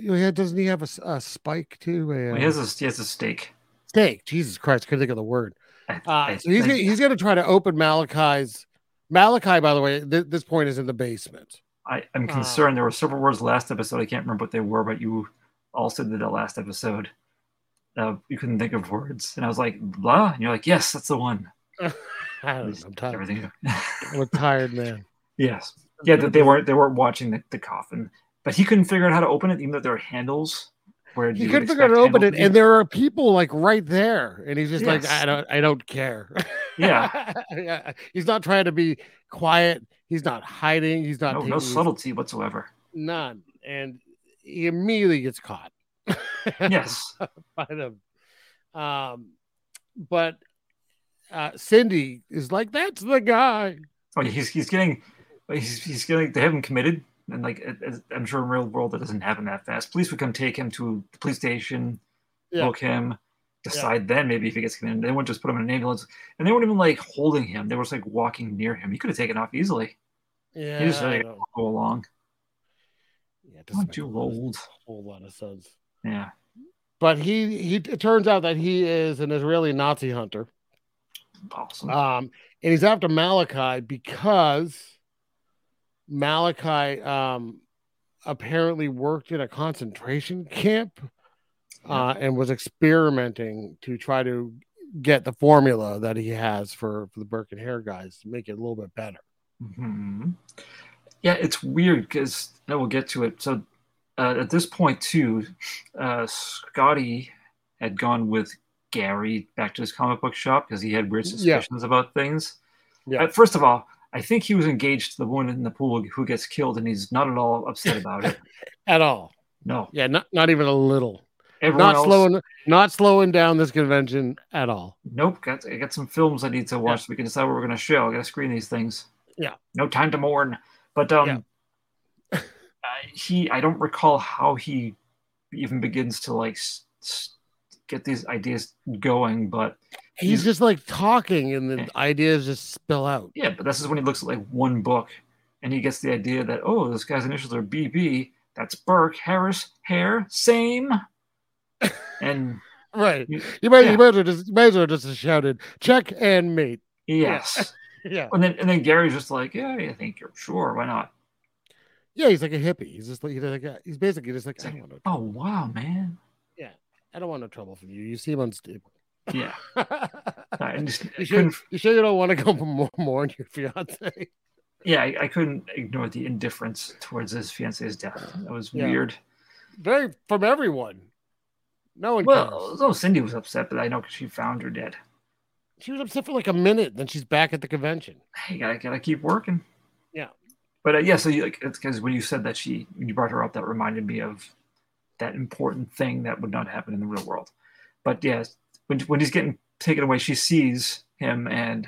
H: Yeah, doesn't he have a, s- a spike too? A,
I: Well, he has a he has a stake.
H: steak. Jesus Christ, couldn't think of the word.
I: I-
H: Uh,
I: I
H: so he's
I: think-
H: gonna, he's going to try to open Malachi's. Malachi, by the way, th- this point is in the basement.
I: I am
H: Uh.
I: concerned. there were several words last episode. I can't remember what they were, but you also did that last episode. Uh, you couldn't think of words, and I was like, "Blah," and you're like, "Yes, that's the one."
H: I don't know. I'm tired.
I: Everything.
H: I'm a tired man.
I: Yes. Yeah, that they weren't they weren't watching the, the coffin, but he couldn't figure out how to open it, even though there were handles. Where
H: He
I: you would
H: couldn't figure out how to
I: expect
H: open it,
I: handles
H: and there are people like right there, and he's just like,
I: Yes.
H: I don't, I don't care.
I: to be- yeah,
H: Yeah, he's not trying to be quiet. He's not hiding. He's not
I: no,
H: taking
I: no
H: these-
I: subtlety whatsoever.
H: none, and he immediately gets caught.
I: Yes,
H: by them. Um, but uh, Cindy is like, that's the guy.
I: oh, he's he's getting he's he's getting they have him committed, and like it- it- I'm sure in real world that doesn't happen that fast. Police would come take him to the police station,
H: Yeah.
I: book him, decide then maybe if he gets committed. They wouldn't just put him in an ambulance, and they weren't even like holding him. They were just like walking near him. He could have taken off easily.
H: Yeah,
I: he just
H: I
I: like,
H: don't-
I: go along.
H: yeah, it doesn't
I: Not
H: make
I: too
H: a
I: old.
H: whole lot of sense.
I: Yeah.
H: But he he it turns out that he is an Israeli Nazi hunter.
I: Awesome.
H: Um, and he's after Malachi because Malachi um apparently worked in a concentration camp uh, and was experimenting to try to get the formula that he has for, for the Burke and Hair guys to make it a little bit better.
I: hmm Yeah, it's weird because no, we'll get to it. So uh, at this point, too, uh, Scotty had gone with Gary back to his comic book shop because he had weird
H: Yeah.
I: suspicions about things.
H: Yeah.
I: Uh, first of all, I think he was engaged to the woman in the pool who gets killed, and he's not at all upset about it.
H: At all.
I: No,
H: Yeah, not, not even a little.
I: everyone
H: not
I: else.
H: slowing not slowing down this convention at all.
I: Nope, got I got some films I need to watch so we can decide what we're going to show. I got to screen these things.
H: Yeah.
I: no time to mourn. But um, I- he, I don't recall how he even begins to like s- s- get these ideas going. But
H: He's just like talking and the ideas just spill out.
I: yeah, but this is when he looks at like one book, and he gets the idea that oh, this guy's initials are BB. That's Burke Harris Hair same. And
H: Right.
I: you-
H: You might,
I: Yeah.
H: you might as well just, you might as well just have shouted, check and mate.
I: yes,
H: Yeah.
I: and then and then Gary's just like, yeah, I think you're sure. Why not?
H: Yeah. He's like a hippie. He's just like, he's, like a- he's basically just like, I don't, want no,
I: Oh wow, man.
H: I don't want no trouble from you. You seem unstable.
I: Yeah. I just I
H: You sure,
I: couldn't.
H: you sure you don't want to go for more, more on your fiance?
I: Yeah, I, I couldn't ignore the indifference towards his fiance's death. That was
H: Yeah.
I: weird.
H: Very from everyone. No one.
I: Well,
H: cares.
I: although Cindy was upset, but I know 'cause she found her dead.
H: She was upset for like a minute, then she's back at the convention.
I: Hey, gotta gotta keep working.
H: Yeah.
I: But uh, yeah, so you, like it's because when you said that she, when you brought her up, that reminded me of that important thing that would not happen in the real world. But yeah, when when he's getting taken away, she sees him and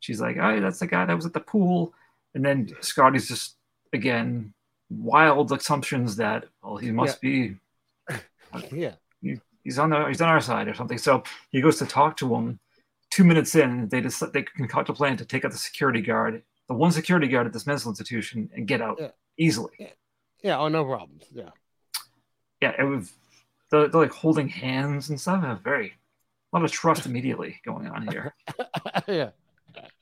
I: she's like, "Oh, that's the guy that was at the pool." And then Scotty's just again wild assumptions that well, he must be
H: Yeah.
I: he's on the he's on our side or something. So he goes to talk to him. Two minutes in, they decide they concoct a plan to take out the security guard, the one security guard at this mental institution, and get out
H: Yeah.
I: easily.
H: Yeah. Oh, no problems. Yeah.
I: Yeah, it was they're, they're like holding hands and stuff. A very a lot of trust immediately going on here.
H: yeah.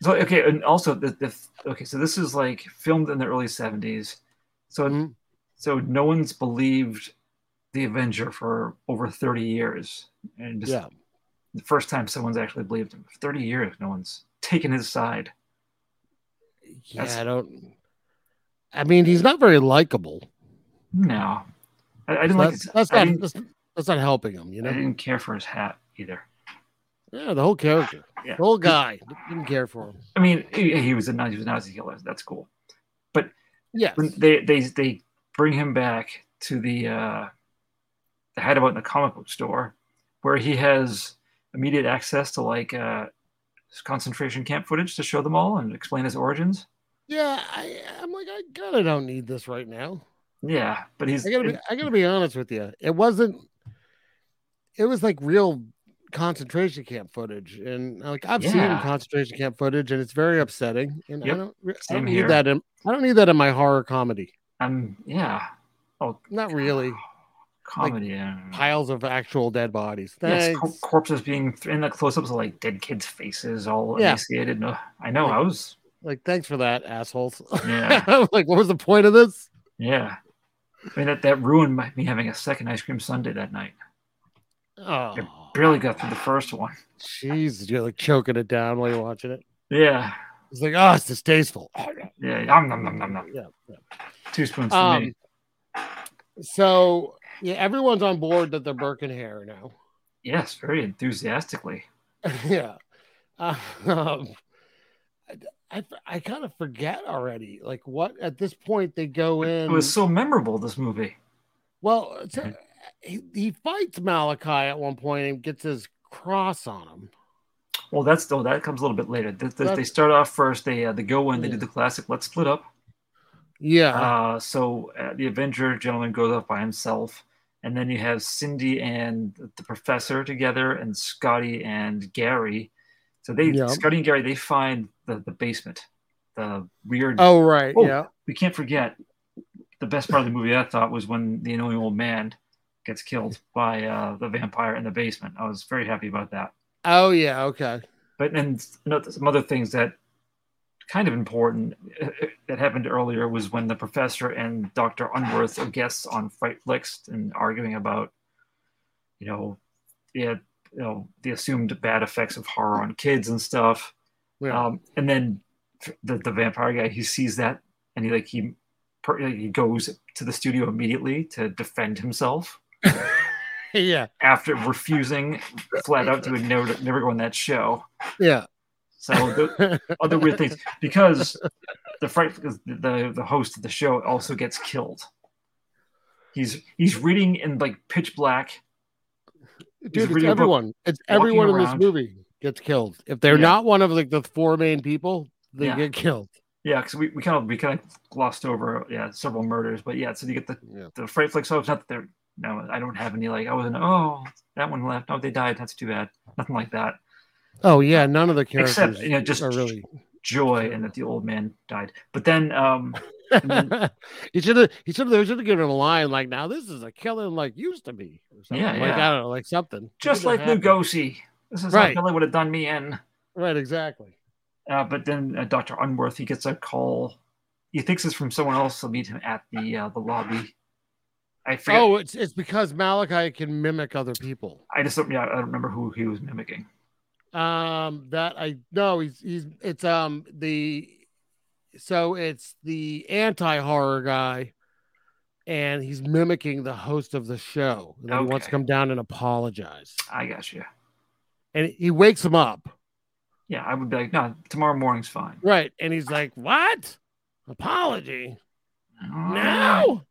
I: So okay, and also the, the okay, so this is like filmed in the early seventies, so
H: Mm-hmm.
I: so no one's believed the Avenger for over thirty years, and just
H: Yeah.
I: the first time someone's actually believed him for thirty years, no one's taken his side.
H: Yeah.
I: That's-
H: I don't. I mean, he's not very likable.
I: No, I, I didn't like.
H: that's,
I: His,
H: that's
I: I,
H: not
I: didn't,
H: that's, that's not helping him. You
I: I
H: know.
I: didn't care for his hat either.
H: Yeah. The whole character.
I: Yeah.
H: The whole guy didn't care for him.
I: I mean, he, he was a Nazi, he was a Nazi killer. That's cool. But
H: Yes.
I: when they they they bring him back to the uh, the hideout in the comic book store, where he has immediate access to like uh, concentration camp footage to show them all and explain his origins.
H: Yeah. I, I'm like, I kind of don't need this right now.
I: Yeah, but he's
H: I gotta be, I gotta be honest with you. It wasn't. It was like real concentration camp footage, and like I've
I: Yeah.
H: seen concentration camp footage, and it's very upsetting. And
I: Yep.
H: I don't, re- I
I: Same
H: don't
I: here.
H: need that. In, I don't need that in my horror comedy.
I: I'm um, yeah. Oh,
H: Not really.
I: comedy. uh,
H: Piles of actual dead bodies.
I: Yes, cor-
H: Thanks.
I: corpses being th- in the close-ups of like dead kids' faces, all
H: Yeah.
I: emaciated. No, I know. I was.
H: Like thanks for that, assholes.
I: Yeah.
H: like what was the point of this?
I: Yeah, I mean that that ruined my, me having a second ice cream sundae that night.
H: Oh,
I: Barely got through the first one.
H: jeez, you're like choking it down while you're watching it.
I: Yeah,
H: It's like, oh, it's distasteful.
I: yeah. Nom, nom, nom, nom, nom.
H: Yeah.
I: Two spoons for me.
H: Um, so yeah, everyone's on board that they're Birkin hair now.
I: Yes, very enthusiastically.
H: yeah. Um, I, I, I kind of forget already. Like what at this point they go in.
I: It was so memorable. This movie.
H: well, it's a- he, he fights Malachi at one point and gets his cross on him.
I: Well, that's though that comes a little bit later. Th- th- they
H: That's-
I: start off first. They uh, they go in. They do the classic. Let's split up.
H: Yeah.
I: Uh, so uh, the Avenger gentleman goes off by himself, and then you have Cindy and the Professor together, and Scotty and Gary. So they,
H: Yeah.
I: Scotty and Gary, they find the, the basement, the weird.
H: oh right.
I: Oh,
H: Yeah.
I: We can't forget the best part of the movie. I thought was when the annoying old man gets killed by uh, the vampire in the basement. I was very happy about that
H: Oh yeah. Okay.
I: but and you know, some other things that kind of important uh, that happened earlier was when the professor and Dr. Unworth are guests on Fright Flicks and arguing about, you know, yeah, you know, the assumed bad effects of horror on kids and stuff.
H: Yeah.
I: Um, and then the, the vampire guy, he sees that and he like he per, he goes to the studio immediately to defend himself
H: yeah.
I: after refusing flat out to never never go on that show.
H: Yeah.
I: So the other weird things because the fright because the the host of the show also gets killed. He's he's reading in like pitch black. He's
H: Dude, it's
I: reading a book,
H: everyone. It's
I: walking
H: everyone in this
I: around.
H: movie gets killed. If they're
I: Yeah.
H: not one of like the four main people, they
I: Yeah.
H: get killed.
I: Yeah, because we, we kind of we kind of glossed over yeah several murders, but yeah. So you get the
H: Yeah.
I: the fright flicks. Oh, it's not that they're no. I don't have any like I wasn't. Oh, that one left. Oh, they died. That's too bad. Nothing like that.
H: Oh yeah, none of the characters
I: Except you know just
H: are really.
I: joy and that the old man died. But then um and then-
H: he should have. He should have. They should have given him a line like, "Now this is a killing like used to be." Or something.
I: Yeah,
H: like
I: yeah.
H: I don't know, like something.
I: just like
H: Something happened.
I: Lugosi. This is right.
H: Right.
I: how Billy would have done me in.
H: Right, exactly.
I: Uh, but then uh, Doctor Unworth he gets a call. He thinks it's from someone else. He'll meet him at the uh, the lobby. I forget.
H: Oh, it's it's because Malachi can mimic other people.
I: I just don't. Yeah, I don't remember who he was mimicking.
H: Um, that I no, he's he's it's um the so it's the anti horror guy, and he's mimicking the host of the show. And then He wants to
I: Okay.
H: come down and apologize,
I: I got you.
H: and he wakes him up.
I: Yeah, I would be like, no, tomorrow morning's fine.
H: Right. And he's like, What? Apology? No.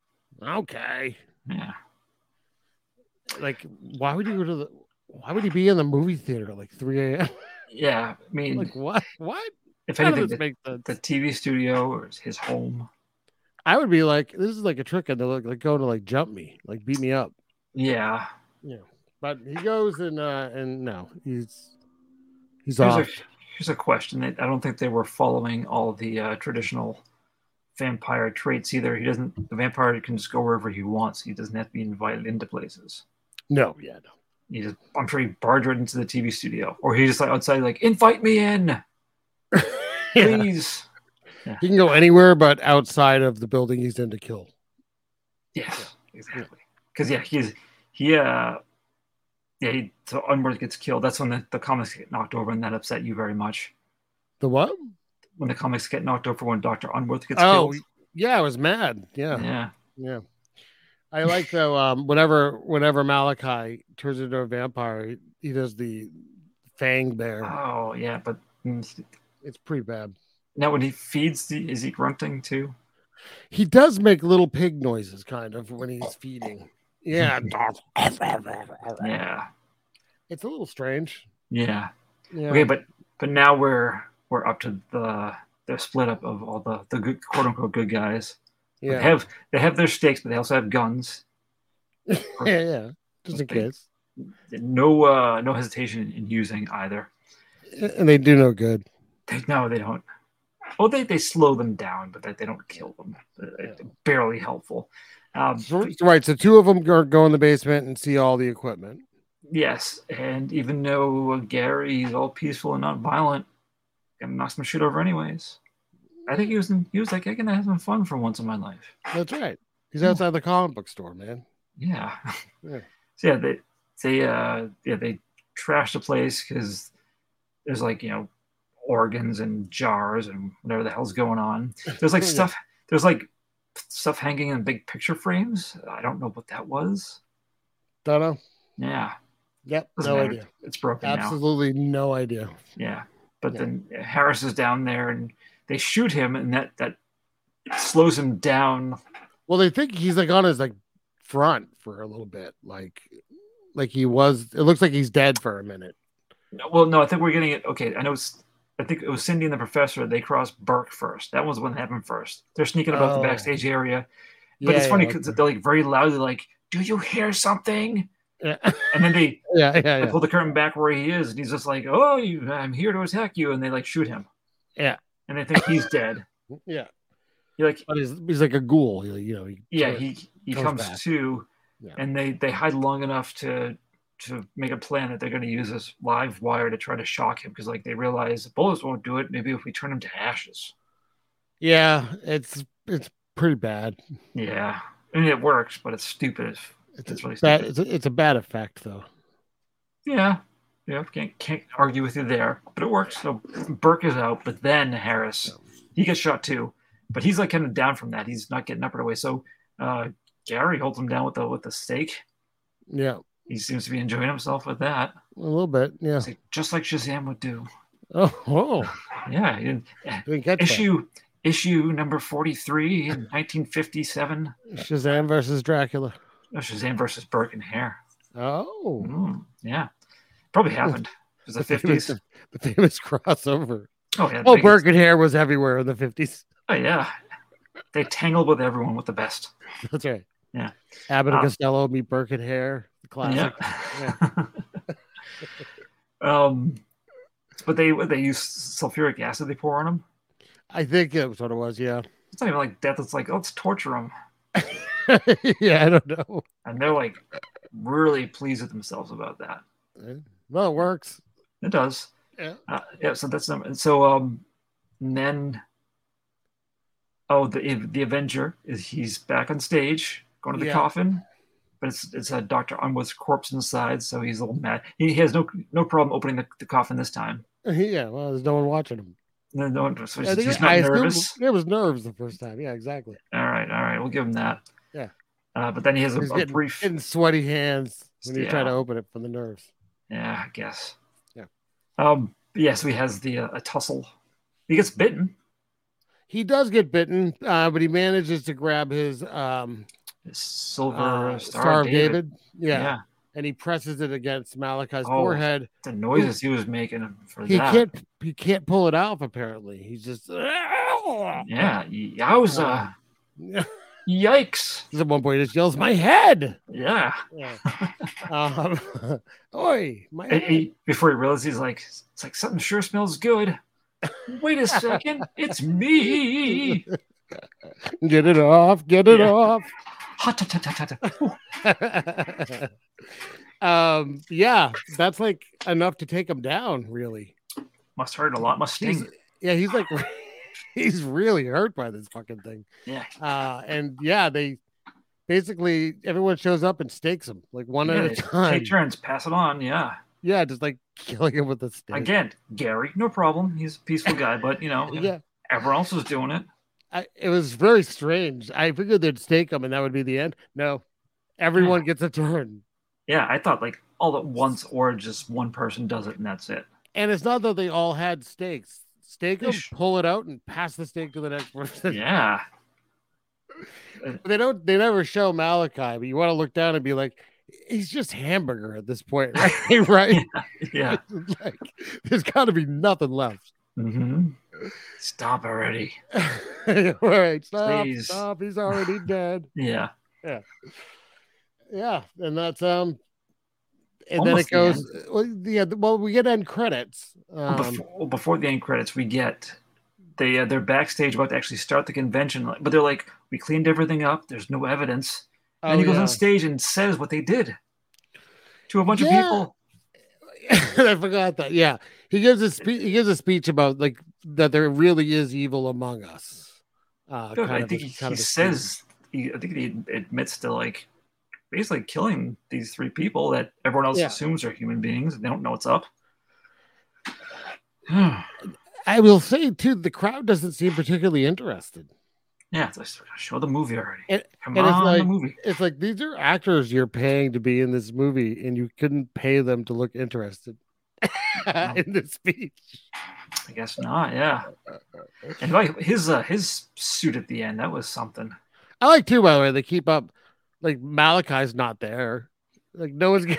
H: Okay.
I: Yeah.
H: Like, why would you go to the why would he be in the movie theater at like 3 a.m.?
I: Yeah, I mean,
H: like what? What?
I: if
H: None of
I: anything,
H: this
I: the, the TV studio or his home.
H: I would be like, this is like a trick and they like, like go to like jump me, like beat me up.
I: Yeah,
H: Yeah. But he goes and uh and no, he's he's
I: here's
H: off.
I: A, here's a question that I don't think they were following all the uh, traditional vampire traits either. He doesn't. The vampire can just go wherever he wants. He doesn't have to be invited into places.
H: No, yeah, no.
I: He just, I'm sure he barged right into the TV studio, or he just like outside, like invite me in, please.
H: He can go anywhere but outside of the building he's in to kill.
I: Yes, exactly. Because yeah, he's he uh yeah, he, so Unworth gets killed. That's when the, the comics get knocked over, and that upset you very much.
H: The what?
I: When the comics get knocked over, when Doctor Unworth gets
H: oh,
I: killed.
H: yeah, I was mad. Yeah.
I: Yeah.
H: Yeah. I like though um whenever whenever Malachi turns into a vampire, he, he does the fang bear.
I: Oh yeah, but mm,
H: It's pretty bad.
I: now when he feeds, the, is he grunting too?
H: He does make little pig noises kind of when he's feeding. Yeah.
I: Yeah,
H: It's a little strange.
I: yeah.
H: Yeah.
I: Okay, but but now we're we're up to the the split up of all the the good, quote unquote good guys.
H: Yeah.
I: They have they have their stakes, but they also have guns.
H: yeah, yeah. Just in
I: Okay.
H: case.
I: no uh, no hesitation in using either.
H: And they do no good.
I: They, no, they don't. Well, they, they slow them down, but they, they don't kill them. They're barely helpful. Um,
H: Right. So two of them go, go in the basement and see all the equipment.
I: yes, and even though uh, Gary is all peaceful and not violent, gonna knock some shit over anyways. I think he was in, he was like, I'm gonna have some fun for once in my life.
H: That's right. He's
I: Hmm.
H: outside the comic book store, man.
I: Yeah.
H: Yeah.
I: So yeah, they they uh yeah they trash the place because there's like you know organs and jars and whatever the hell's going on. There's like
H: Yeah.
I: stuff. There's like stuff hanging in big picture frames. I don't know what that was.
H: Don't know.
I: Yeah.
H: Yep.
I: Doesn't
H: no
I: matter.
H: idea.
I: It's broken now.
H: Absolutely no idea.
I: Yeah. But then Harris is down there and they shoot him and that that slows him down.
H: Well, they think he's like on his like front for a little bit, like like he was. It looks like he's dead for a minute.
I: Well, no, I think we're getting it. Okay, I know. It's, I think it was Cindy and the professor. They crossed Burke first. That was the one that happened first. They're sneaking about
H: Oh.
I: the backstage area, but it's
H: Yeah,
I: funny
H: yeah,
I: because they're like very loudly, like, "Do you hear something?"
H: Yeah.
I: And then they,
H: Yeah, yeah,
I: they
H: Oh, yeah.
I: pull the curtain back where he is, and he's just like, "Oh, you, I'm here to attack you," and they like shoot him,
H: Yeah,
I: and they think he's dead.
H: yeah.
I: You're like,
H: But he's he's like a ghoul. He, you know. He,
I: yeah, he he
H: Comes
I: comes,
H: back.
I: to,
H: Yeah.
I: and they they hide long enough to to make a plan that they're going to use this live wire to try to shock him because like they realize the bullets won't do it. Maybe if we turn him to ashes.
H: Yeah, it's it's pretty bad.
I: Yeah, I mean it works, but it's stupid. It's, it's, really
H: Bad.
I: stupid.
H: It's a, it's a bad effect though.
I: Yeah, yeah, can't can't argue with you there, but it works. So Burke is out, but then Harris he gets shot too, but he's like kind of down from that. He's not getting up right away. So uh, Gary holds him down with the with the stake.
H: Yeah,
I: He seems to be enjoying himself with that,
H: a little bit. Yeah.
I: just like Shazam would do.
H: Oh, oh.
I: Yeah, he didn't-
H: Didn't catch that.
I: issue issue number forty three in nineteen fifty seven.
H: Shazam versus Dracula.
I: Shazam versus Burke and Hare.
H: Oh.
I: Mm, yeah, probably happened. It was the fifties.
H: famous, the famous crossover.
I: Oh, yeah,
H: oh,
I: big-
H: Burke and Hare was everywhere in the fifties.
I: Oh yeah, they tangled with everyone with the best.
H: That's right.
I: Yeah.
H: Abbott and
I: Uh,
H: Costello meet Burke and Hare, the classic. Yeah.
I: Um, but they they use sulfuric acid they pour on them.
H: I think that was what it was. Yeah.
I: It's not even like death. It's like oh, let's torture them,
H: yeah, I don't know.
I: and they're like really pleased with themselves about that.
H: Well, it works.
I: It does.
H: Yeah.
I: Uh, yeah. So that's number. So um, and then oh the the Avenger is he's back on stage going to the
H: Yeah.
I: coffin. but it's it's uh, Doctor Unwith's corpse inside, so he's a little mad. He, he has no no problem opening the, the coffin this time.
H: Yeah, well, there's no one watching him.
I: No, no one, so
H: I
I: he's,
H: think
I: he's
H: it-
I: not
H: I assume
I: nervous.
H: It was nerves the first time. Yeah, exactly.
I: All right, all right, we'll give him that.
H: Yeah.
I: Uh, but then he has a,
H: He's
I: a
H: getting,
I: brief.
H: getting sweaty hands when you try
I: Yeah.
H: to open it from the nerves.
I: Yeah, I guess.
H: Yeah.
I: Um. Yeah, so he has the uh, a tussle. He gets bitten.
H: He does get bitten, uh, but he manages to grab his um,
I: Silver
H: uh,
I: Star,
H: Star of
I: David.
H: David. Yeah.
I: Yeah.
H: And he presses it against Malachi's
I: Oh,
H: forehead.
I: The noises he was making for
H: He
I: that.
H: can't he can't pull it off apparently. He's just
I: Yeah. Yowza. uh, Yikes.
H: At one point he just yells, My head.
I: Yeah.
H: Yeah. um, Oi, my
I: And he- before he realizes, he's like, it's like something sure smells good. Wait a second, it's me.
H: Get it off, get it
I: Yeah.
H: off.
I: Hot, tut, tut, tut, tut. Ooh.
H: um, yeah, that's like enough to take him down, really.
I: Must hurt a lot. Must
H: He's-
I: sting.
H: yeah, he's like he's really hurt by this fucking thing.
I: Yeah.
H: Uh and yeah, they basically everyone shows up and stakes him like one
I: Yeah,
H: at a
I: they
H: time.
I: Take turns, pass it on. Yeah.
H: Yeah, just like killing him with a stake.
I: Again, Gary, no problem. He's a peaceful guy, but you know,
H: Yeah.
I: everyone else was doing it.
H: I, it was very strange. I figured they'd stake him and that would be the end. No,
I: Mm.
H: everyone gets a turn.
I: Yeah, I thought like all at once or just one person does it and that's it.
H: And it's not that they all had stakes. Stake them,
I: Ish.
H: pull it out, and pass the stake to the next person.
I: Yeah.
H: They don't. They never show Malachi, but you want to look down and be like, he's just hamburger at this point, right? right?
I: Yeah.
H: like, there's got to be nothing left.
I: hmm Stop already.
H: all right, stop,
I: Please.
H: stop. He's already dead.
I: Yeah.
H: yeah, yeah, and that's um, and
I: Almost the Oh,
H: then it goes. well, yeah, well, we get end credits. Um,
I: before, before the end credits, we get they uh, they're backstage about to actually start the convention, like- but they're like, "We cleaned everything up. There's no evidence." And
H: Oh,
I: he goes
H: yeah.
I: on stage and says what they did to a bunch
H: Yeah.
I: of people.
H: I forgot that. Yeah, he gives a speech. He gives a speech about like that there really is evil among us. Uh,
I: Dude,
H: kind
I: I
H: of a-
I: think he,
H: kind
I: he
H: of a speech.
I: says he, I think he admits to like basically killing these three people that everyone else
H: Yeah.
I: assumes are human beings. and They don't know what's up.
H: I will say too, the crowd doesn't seem particularly interested.
I: Yeah, it's like, show the movie already.
H: And,
I: Come
H: and
I: on,
H: it's like
I: the movie.
H: it's like these are actors you're paying to be in this movie, and you couldn't pay them to look interested in this speech.
I: I guess not. Yeah. And like his uh, his suit at the end, that was something.
H: I like too, by the way, they keep up like Malachi's not there. Like no one's gonna,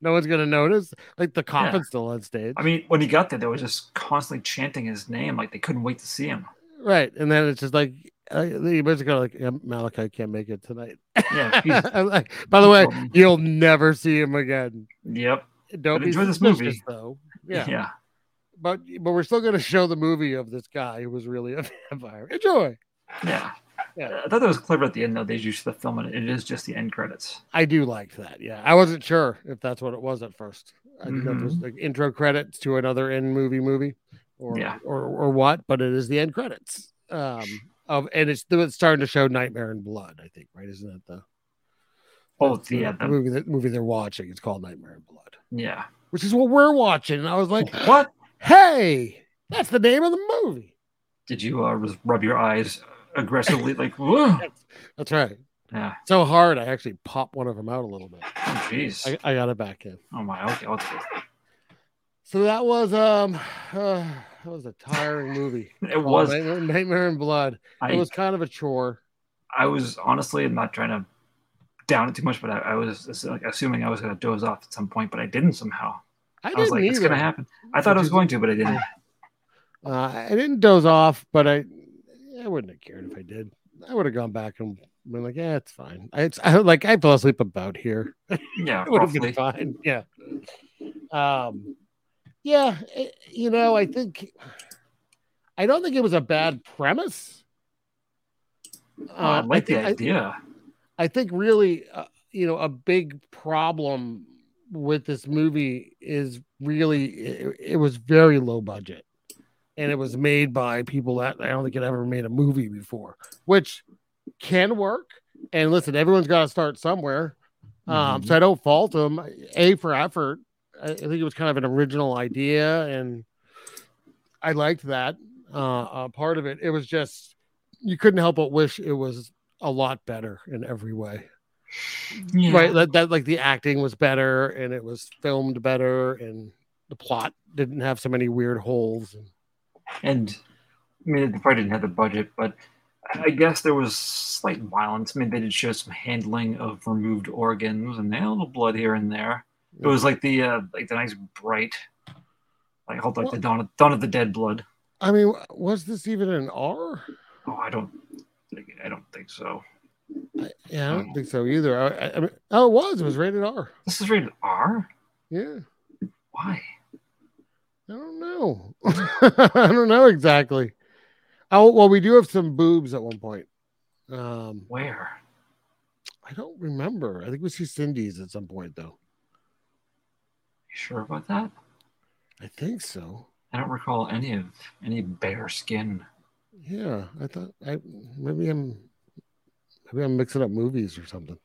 H: no one's gonna notice. Like the coffin's still on stage.
I: I mean, when he got there, they were just constantly chanting his name, like they couldn't wait to see him.
H: Right, and then it's just like uh, you basically go like yeah, Malachi can't make it tonight.
I: Yeah. he's-
H: I'm like, by the way,
I: Um,
H: you'll never see him again.
I: yep.
H: Don't
I: But
H: be
I: enjoy this movie.
H: suspicious, though. Yeah.
I: Yeah.
H: but but we're still going to show the movie of this guy who was really a vampire. Enjoy.
I: Yeah.
H: Yeah.
I: I thought that was clever at the end, though. They used the film, and it is just the end credits.
H: I do like that. Yeah, I wasn't sure if that's what it was at first. I think that
I: Mhm.
H: was like intro credits to another end movie movie, or
I: Yeah.
H: or or what? But it is the end credits. Um, of and it's, it's starting to show Nightmare in Blood. I think right, isn't that the
I: Oh,
H: that's
I: yeah.
H: the
I: the-
H: movie that movie they're watching? It's called Nightmare in Blood,
I: yeah.
H: which is what we're watching. And I was like,
I: What?
H: hey, that's the name of the movie.
I: Did you uh, res- rub your eyes aggressively? Like, whoa.
H: That's right.
I: Yeah.
H: So hard, I actually popped one of them out a little bit.
I: Oh, jeez.
H: I, I got it back in.
I: oh, my. Okay. what's this?
H: So that was um, uh, that was a tiring movie.
I: It was.
H: Nightmare, Nightmare in Blood.
I: I,
H: Oh, it was kind of a chore.
I: I was honestly I'm not trying to down it too much, but I, I was just, like, assuming I was going to doze off at some point, but I didn't somehow.
H: I
I: I,
H: didn't
I: was like, it's
H: either.
I: going to happen. I thought
H: Which
I: I was
H: is-
I: going to, but I didn't.
H: Uh, I didn't doze off, but I I wouldn't have cared if I did. I would have gone back and been like, yeah, it's fine. I, it's I, like I fell asleep about here.
I: Yeah,
H: It would have been
I: roughly.
H: fine. Yeah. Um, yeah, it- you know, I think I don't think it was a bad premise.
I: Oh, I
H: Um,
I: like the
H: thi- I-
I: idea.
H: I think really, uh, you know, a big problem with this movie is really it, it was very low budget, and it was made by people that I don't think had ever made a movie before, which can work. And listen, everyone's got to start somewhere. Um, So I don't fault him. A for effort. I, I think it was kind of an original idea, and I liked that uh, uh, part of it. It was just you couldn't help but wish it was a lot better in every way.
I: Yeah.
H: Right, that, that like the acting was better, and it was filmed better, and the plot didn't have so many weird holes.
I: And I mean, they probably didn't have the budget, but I I guess there was slight violence. I mean, they did show some handling of removed organs and a little blood here and there. It was like the uh, like the nice bright, like hold like the dawn of, dawn of the dead blood.
H: I mean, was this even an R?
I: Oh, I don't, think I don't think so.
H: Yeah, I don't think so either. I, I, I mean, oh, it was. It was rated R.
I: This is rated R.
H: Yeah.
I: Why?
H: I don't know. I don't know exactly. Oh, well, we do have some boobs at one point. Um,
I: Where?
H: I don't remember. I think we see Cindy's at some point though.
I: You sure about that?
H: I think so.
I: I don't recall any of any bare skin.
H: Yeah, I thought I maybe I'm maybe I'm mixing up movies or something.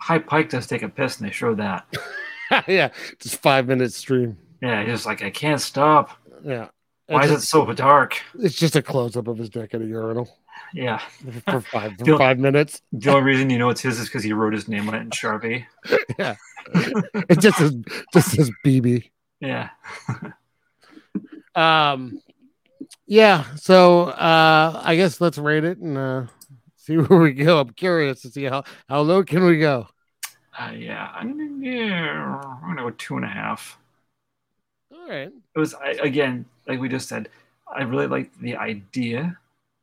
I: High Pike does take a piss, and they show that.
H: yeah, just five minute stream.
I: Yeah, he's like, I can't stop.
H: Yeah.
I: Why is it so dark?
H: It's just a close up of his dick at a urinal
I: Yeah.
H: for five for
I: Feel-
H: five minutes.
I: The only reason you know it's his is because he wrote his name on it in Sharpie.
H: Yeah, it just says just says BB.
I: Yeah.
H: Um, yeah. So uh, I guess let's rate it and uh, see where we go. I'm curious to see how how low can we go.
I: Uh, yeah. I'm gonna, yeah. I'm gonna go two and a half.
H: All right.
I: It was I, again, like we just said, I really liked the idea.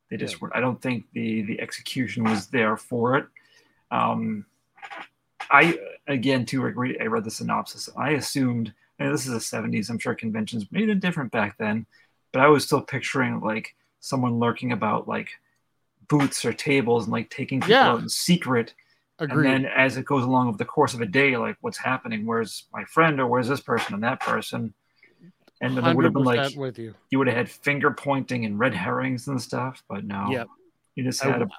I: They just were I don't think the the execution was there for it. Um, I again too. I read, I read the synopsis. I assumed and this is the '70s. I'm sure conventions made it different back then, but I was still picturing like someone lurking about like booths or tables and like taking people
H: Yeah.
I: out in secret.
H: Agreed.
I: And then as it goes along over the course of a day, like what's happening? Where's my friend? Or where's this person and that person? And then it would
H: Hundred
I: have been like
H: percent with you.
I: you would have had finger pointing and red herrings and stuff, but no.
H: Yep.
I: You just
H: I-
I: had a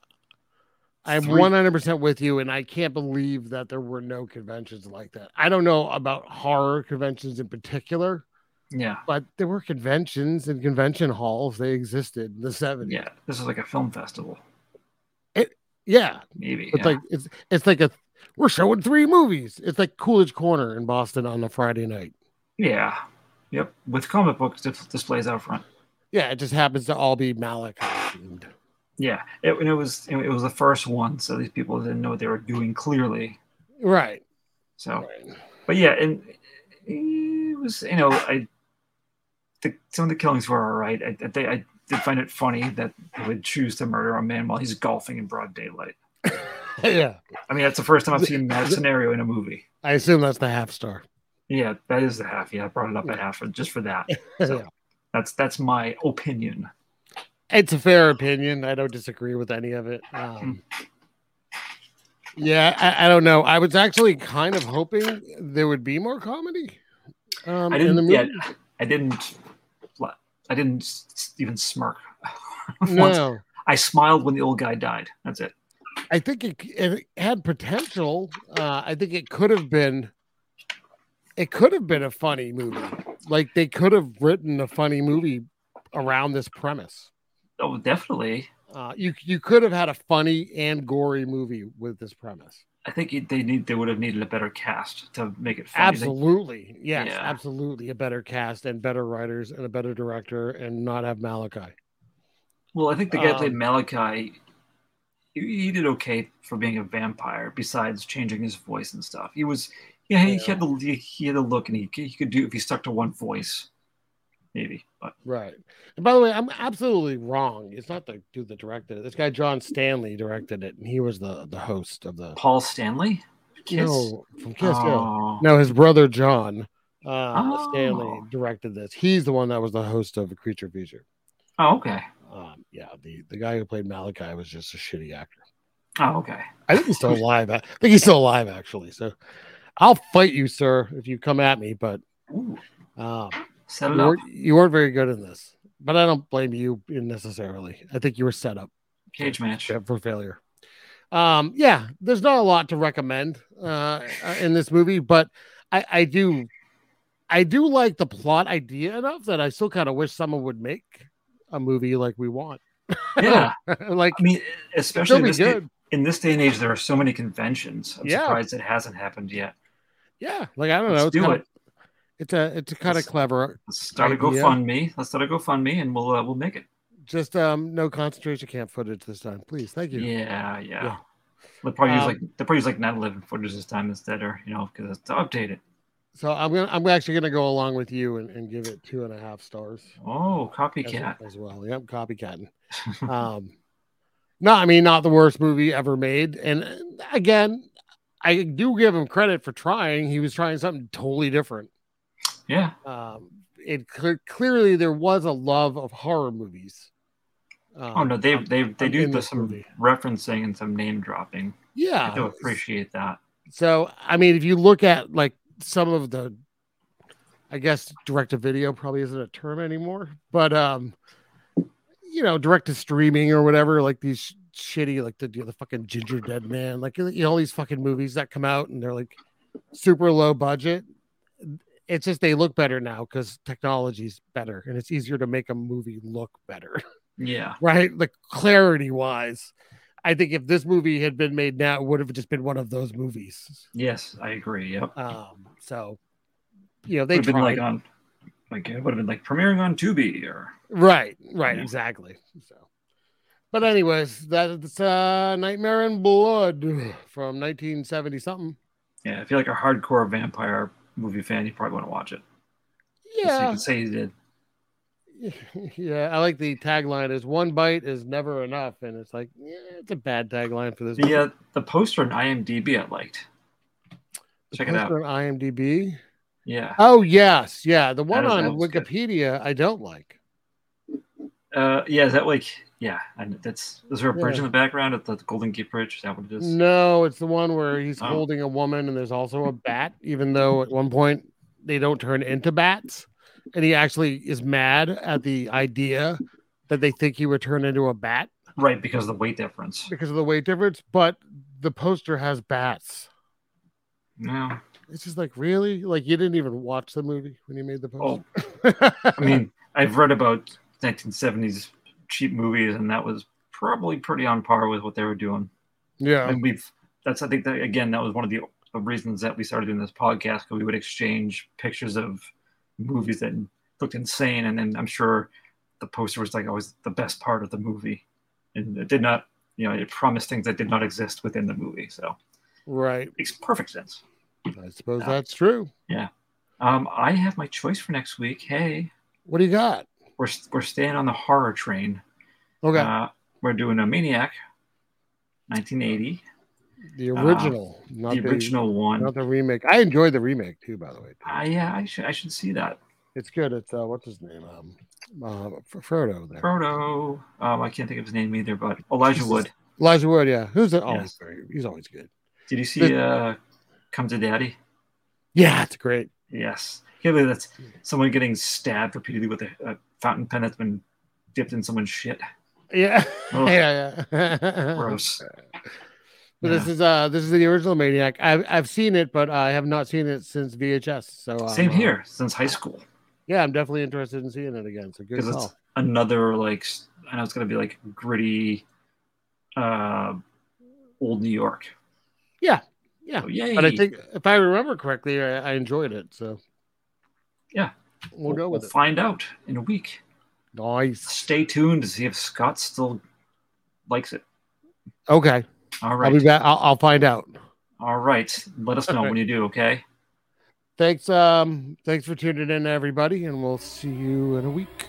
H: I'm
I: Three.
H: one hundred percent with you, and I can't believe that there were no conventions like that. I don't know about horror conventions in particular,
I: yeah,
H: but there were conventions and convention halls. They existed in the seventies.
I: yeah. This is like a film festival,
H: Yeah,
I: maybe.
H: it's
I: yeah.
H: like it's it's like a we're showing three movies. It's like Coolidge Corner in Boston on a Friday night.
I: yeah, yep. With comic book dis- displays out front.
H: Yeah, it just happens to all be Malik themed.
I: Yeah, it, and it was it was the first one, so these people didn't know what they were doing clearly.
H: Right.
I: So, but yeah, and it was you know I the, some of the killings were all right. I, I, think- I did find it funny that they would choose to murder a man while he's golfing in broad daylight.
H: yeah.
I: I mean, that's the first time I've seen that scenario in a movie.
H: I assume that's the half star.
I: Yeah, that is the half. Yeah, I brought it up at half for, just for that. So
H: Yeah.
I: that's that's my opinion.
H: It's a fair opinion. I don't disagree with any of it. Um, yeah, I, I don't know. I was actually kind of hoping there would be more comedy. Um,
I: I
H: in the
I: didn't.
H: movie.
I: Yeah, I didn't. I didn't s- even smirk. once.
H: no,
I: I smiled when the old guy died. That's it.
H: I think it, it had potential. Uh, I think it could have been. It could have been a funny movie. Like they could have written a funny movie around this premise.
I: Oh, definitely.
H: Uh, you you could have had a funny and gory movie with this premise.
I: I think it- they need. They would have needed a better cast to make it. Funny. They-
H: Absolutely. Yes,
I: Yeah.
H: absolutely. A better cast and better writers and a better director and not have Malachi.
I: Well, I think the guy
H: Um,
I: played Malachi. He, he did okay for being a vampire. Besides changing his voice and stuff, he was. Yeah, he, he had the he, he had the look, and he he could do if he stuck to one voice, maybe. But
H: Right. And by the way, I'm absolutely wrong. It's not the dude that directed it. This guy John Stanley directed it and he was the the host of the
I: Paul Stanley, Kiss?
H: No, from Kiss, no.
I: Oh.
H: No, his brother John uh,
I: Oh.
H: Stanley directed this. He's the one that was the host of Creature Feature.
I: Oh, okay.
H: Um, yeah, the, the guy who played Malachi was just a shitty actor.
I: Oh, okay.
H: I think he's still alive. I think he's still alive, actually. So I'll fight you, sir, if you come at me. But
I: Ooh,
H: um,
I: set
H: you,
I: it up.
H: weren't, you weren't very good in this. But I don't blame you necessarily. I think you were set up
I: Cage match.
H: for failure. Um, yeah, there's not a lot to recommend uh, in this movie, but I, I do, I do like the plot idea enough that I still kind of wish someone would make a movie like we want.
I: Yeah,
H: like
I: I mean, especially in
H: be
I: this, day,
H: good.
I: in this day and age, there are so many conventions. I'm
H: Yeah.
I: surprised it hasn't happened yet.
H: yeah, like I don't
I: Let's
H: know. It's
I: do
H: kinda,
I: it.
H: It's a it's a kind of
I: Let's-
H: clever.
I: Start a
H: idea.
I: GoFundMe. Let's start a GoFundMe, and we'll uh, we'll make it.
H: Just um, no concentration camp footage this time, please. Thank you.
I: Yeah, yeah. They'll probably use
H: Um,
I: like they'll probably use like 9/11 footage this time instead, or you know, because to update it.
H: So I'm gonna I'm actually gonna go along with you and, and give it two and a half stars.
I: Oh,
H: as-
I: copycat.
H: as, well. Yep, copycatting. um, no, I mean not the worst movie ever made. And uh, again, I do give him credit for trying. He was trying something totally different.
I: Yeah.
H: Um, it clear clearly there was a love of horror movies. Um,
I: Oh no, they they
H: Uh,
I: they
H: I'm
I: do
H: in
I: the,
H: this Uh,
I: some referencing and some name dropping.
H: Yeah.
I: I do appreciate that.
H: So I mean, if you look at like some of the, I guess direct to video probably isn't a term anymore, but um, you know, direct to streaming or whatever, like these sh- shitty, like the the fucking Ginger Dead Man, like you know, all these fucking movies that come out and they're like super low budget. It's just they look better now because technology's better and it's easier to make a movie look better.
I: Yeah.
H: right? Like clarity wise, I think if this movie had been made now, it would have just been one of those movies.
I: Yes, I agree. Yep.
H: Um, so you know they
I: Would've been like
H: tried.
I: on like it would have been like premiering on Tubi or
H: right, right,
I: Yeah.
H: exactly. So, but anyways, that's uh, Nightmare in Blood from 1970 something.
I: yeah. If you're like a hardcore vampire movie fan, you probably want to watch it. Just so you
H: Yeah,
I: can say you did.
H: yeah. I like the tagline is "One bite is never enough," and it's like yeah, it's a bad tagline for this.
I: The uh, the poster on IMDb I liked. Check it out.
H: Poster on IMDb.
I: Yeah.
H: Oh yes, yeah. The one
I: is-
H: on
I: that was good.
H: Wikipedia I don't like.
I: Uh, yeah, is that like yeah? And that's is there a bridge
H: Yeah.
I: in the background at the Golden Gate Bridge? Is that what it is?
H: No, it's the one where he's
I: Oh.
H: holding a woman and there's also a bat, even though at one point they don't turn into bats. And he actually is mad at the idea that they think he would turn into a bat
I: Right, because of the weight difference.
H: because of the weight difference, but the poster has bats.
I: No,
H: It's just like, really? Like, you didn't even watch the movie when you made the poster?
I: Oh, I mean I've read about 1970s cheap movies, and that was probably pretty on par with what they were doing.
H: yeah.
I: And we've that's I think that again that was one of the reasons that we started doing this podcast because we would exchange pictures of movies that looked insane, and then I'm sure the poster was like always the best part of the movie, and it did not you know it promised things that did not exist within the movie, so
H: Right.
I: makes perfect sense.
H: I suppose that's true.
I: Yeah. Um, I have my choice for next week. Hey,
H: What do you got?
I: we're we're staying on the horror train.
H: Okay.
I: Uh, we're doing a Maniac, 1980,
H: the
I: uh,
H: original, not
I: the original one.
H: Not the remake. I enjoyed the remake too, by the way.
I: Ah, yeah, I should I should see that.
H: It's good. It's uh, what's his name? Um, uh, Fro- Frodo there.
I: Frodo. Um, I can't think of his name either, but Elijah
H: Jesus.
I: Wood.
H: Elijah Wood. Yeah, who's it? Always
I: Yes.
H: very, he's always good.
I: Did you see
H: The-
I: uh, Come to Daddy?
H: Yeah, it's great.
I: Yes. Can't believe that's someone getting stabbed repeatedly with a, a fountain pen that's been dipped in someone's shit.
H: Yeah,
I: Ugh.
H: yeah, yeah.
I: Gross.
H: Oh, But this is uh, this is the original Maniac. I've I've seen it, but I have not seen it since VHS. So um,
I: Same
H: uh,
I: here since high school.
H: yeah, I'm definitely interested in seeing it again. So good
I: because
H: call.
I: it's another like s- I know it's gonna be like gritty, uh, old New York.
H: Yeah, yeah.
I: So, yay.
H: But I think if I remember correctly, I, I enjoyed it. So
I: Yeah.
H: we'll go with it.
I: find out in a week.
H: Nice.
I: Stay tuned to see if Scott still likes it.
H: Okay.
I: All
H: I'll
I: right,
H: be back. I'll, I'll find out.
I: all right. Let us know when you do. Okay.
H: Thanks. Um. Thanks for tuning in, everybody, and we'll see you in a week.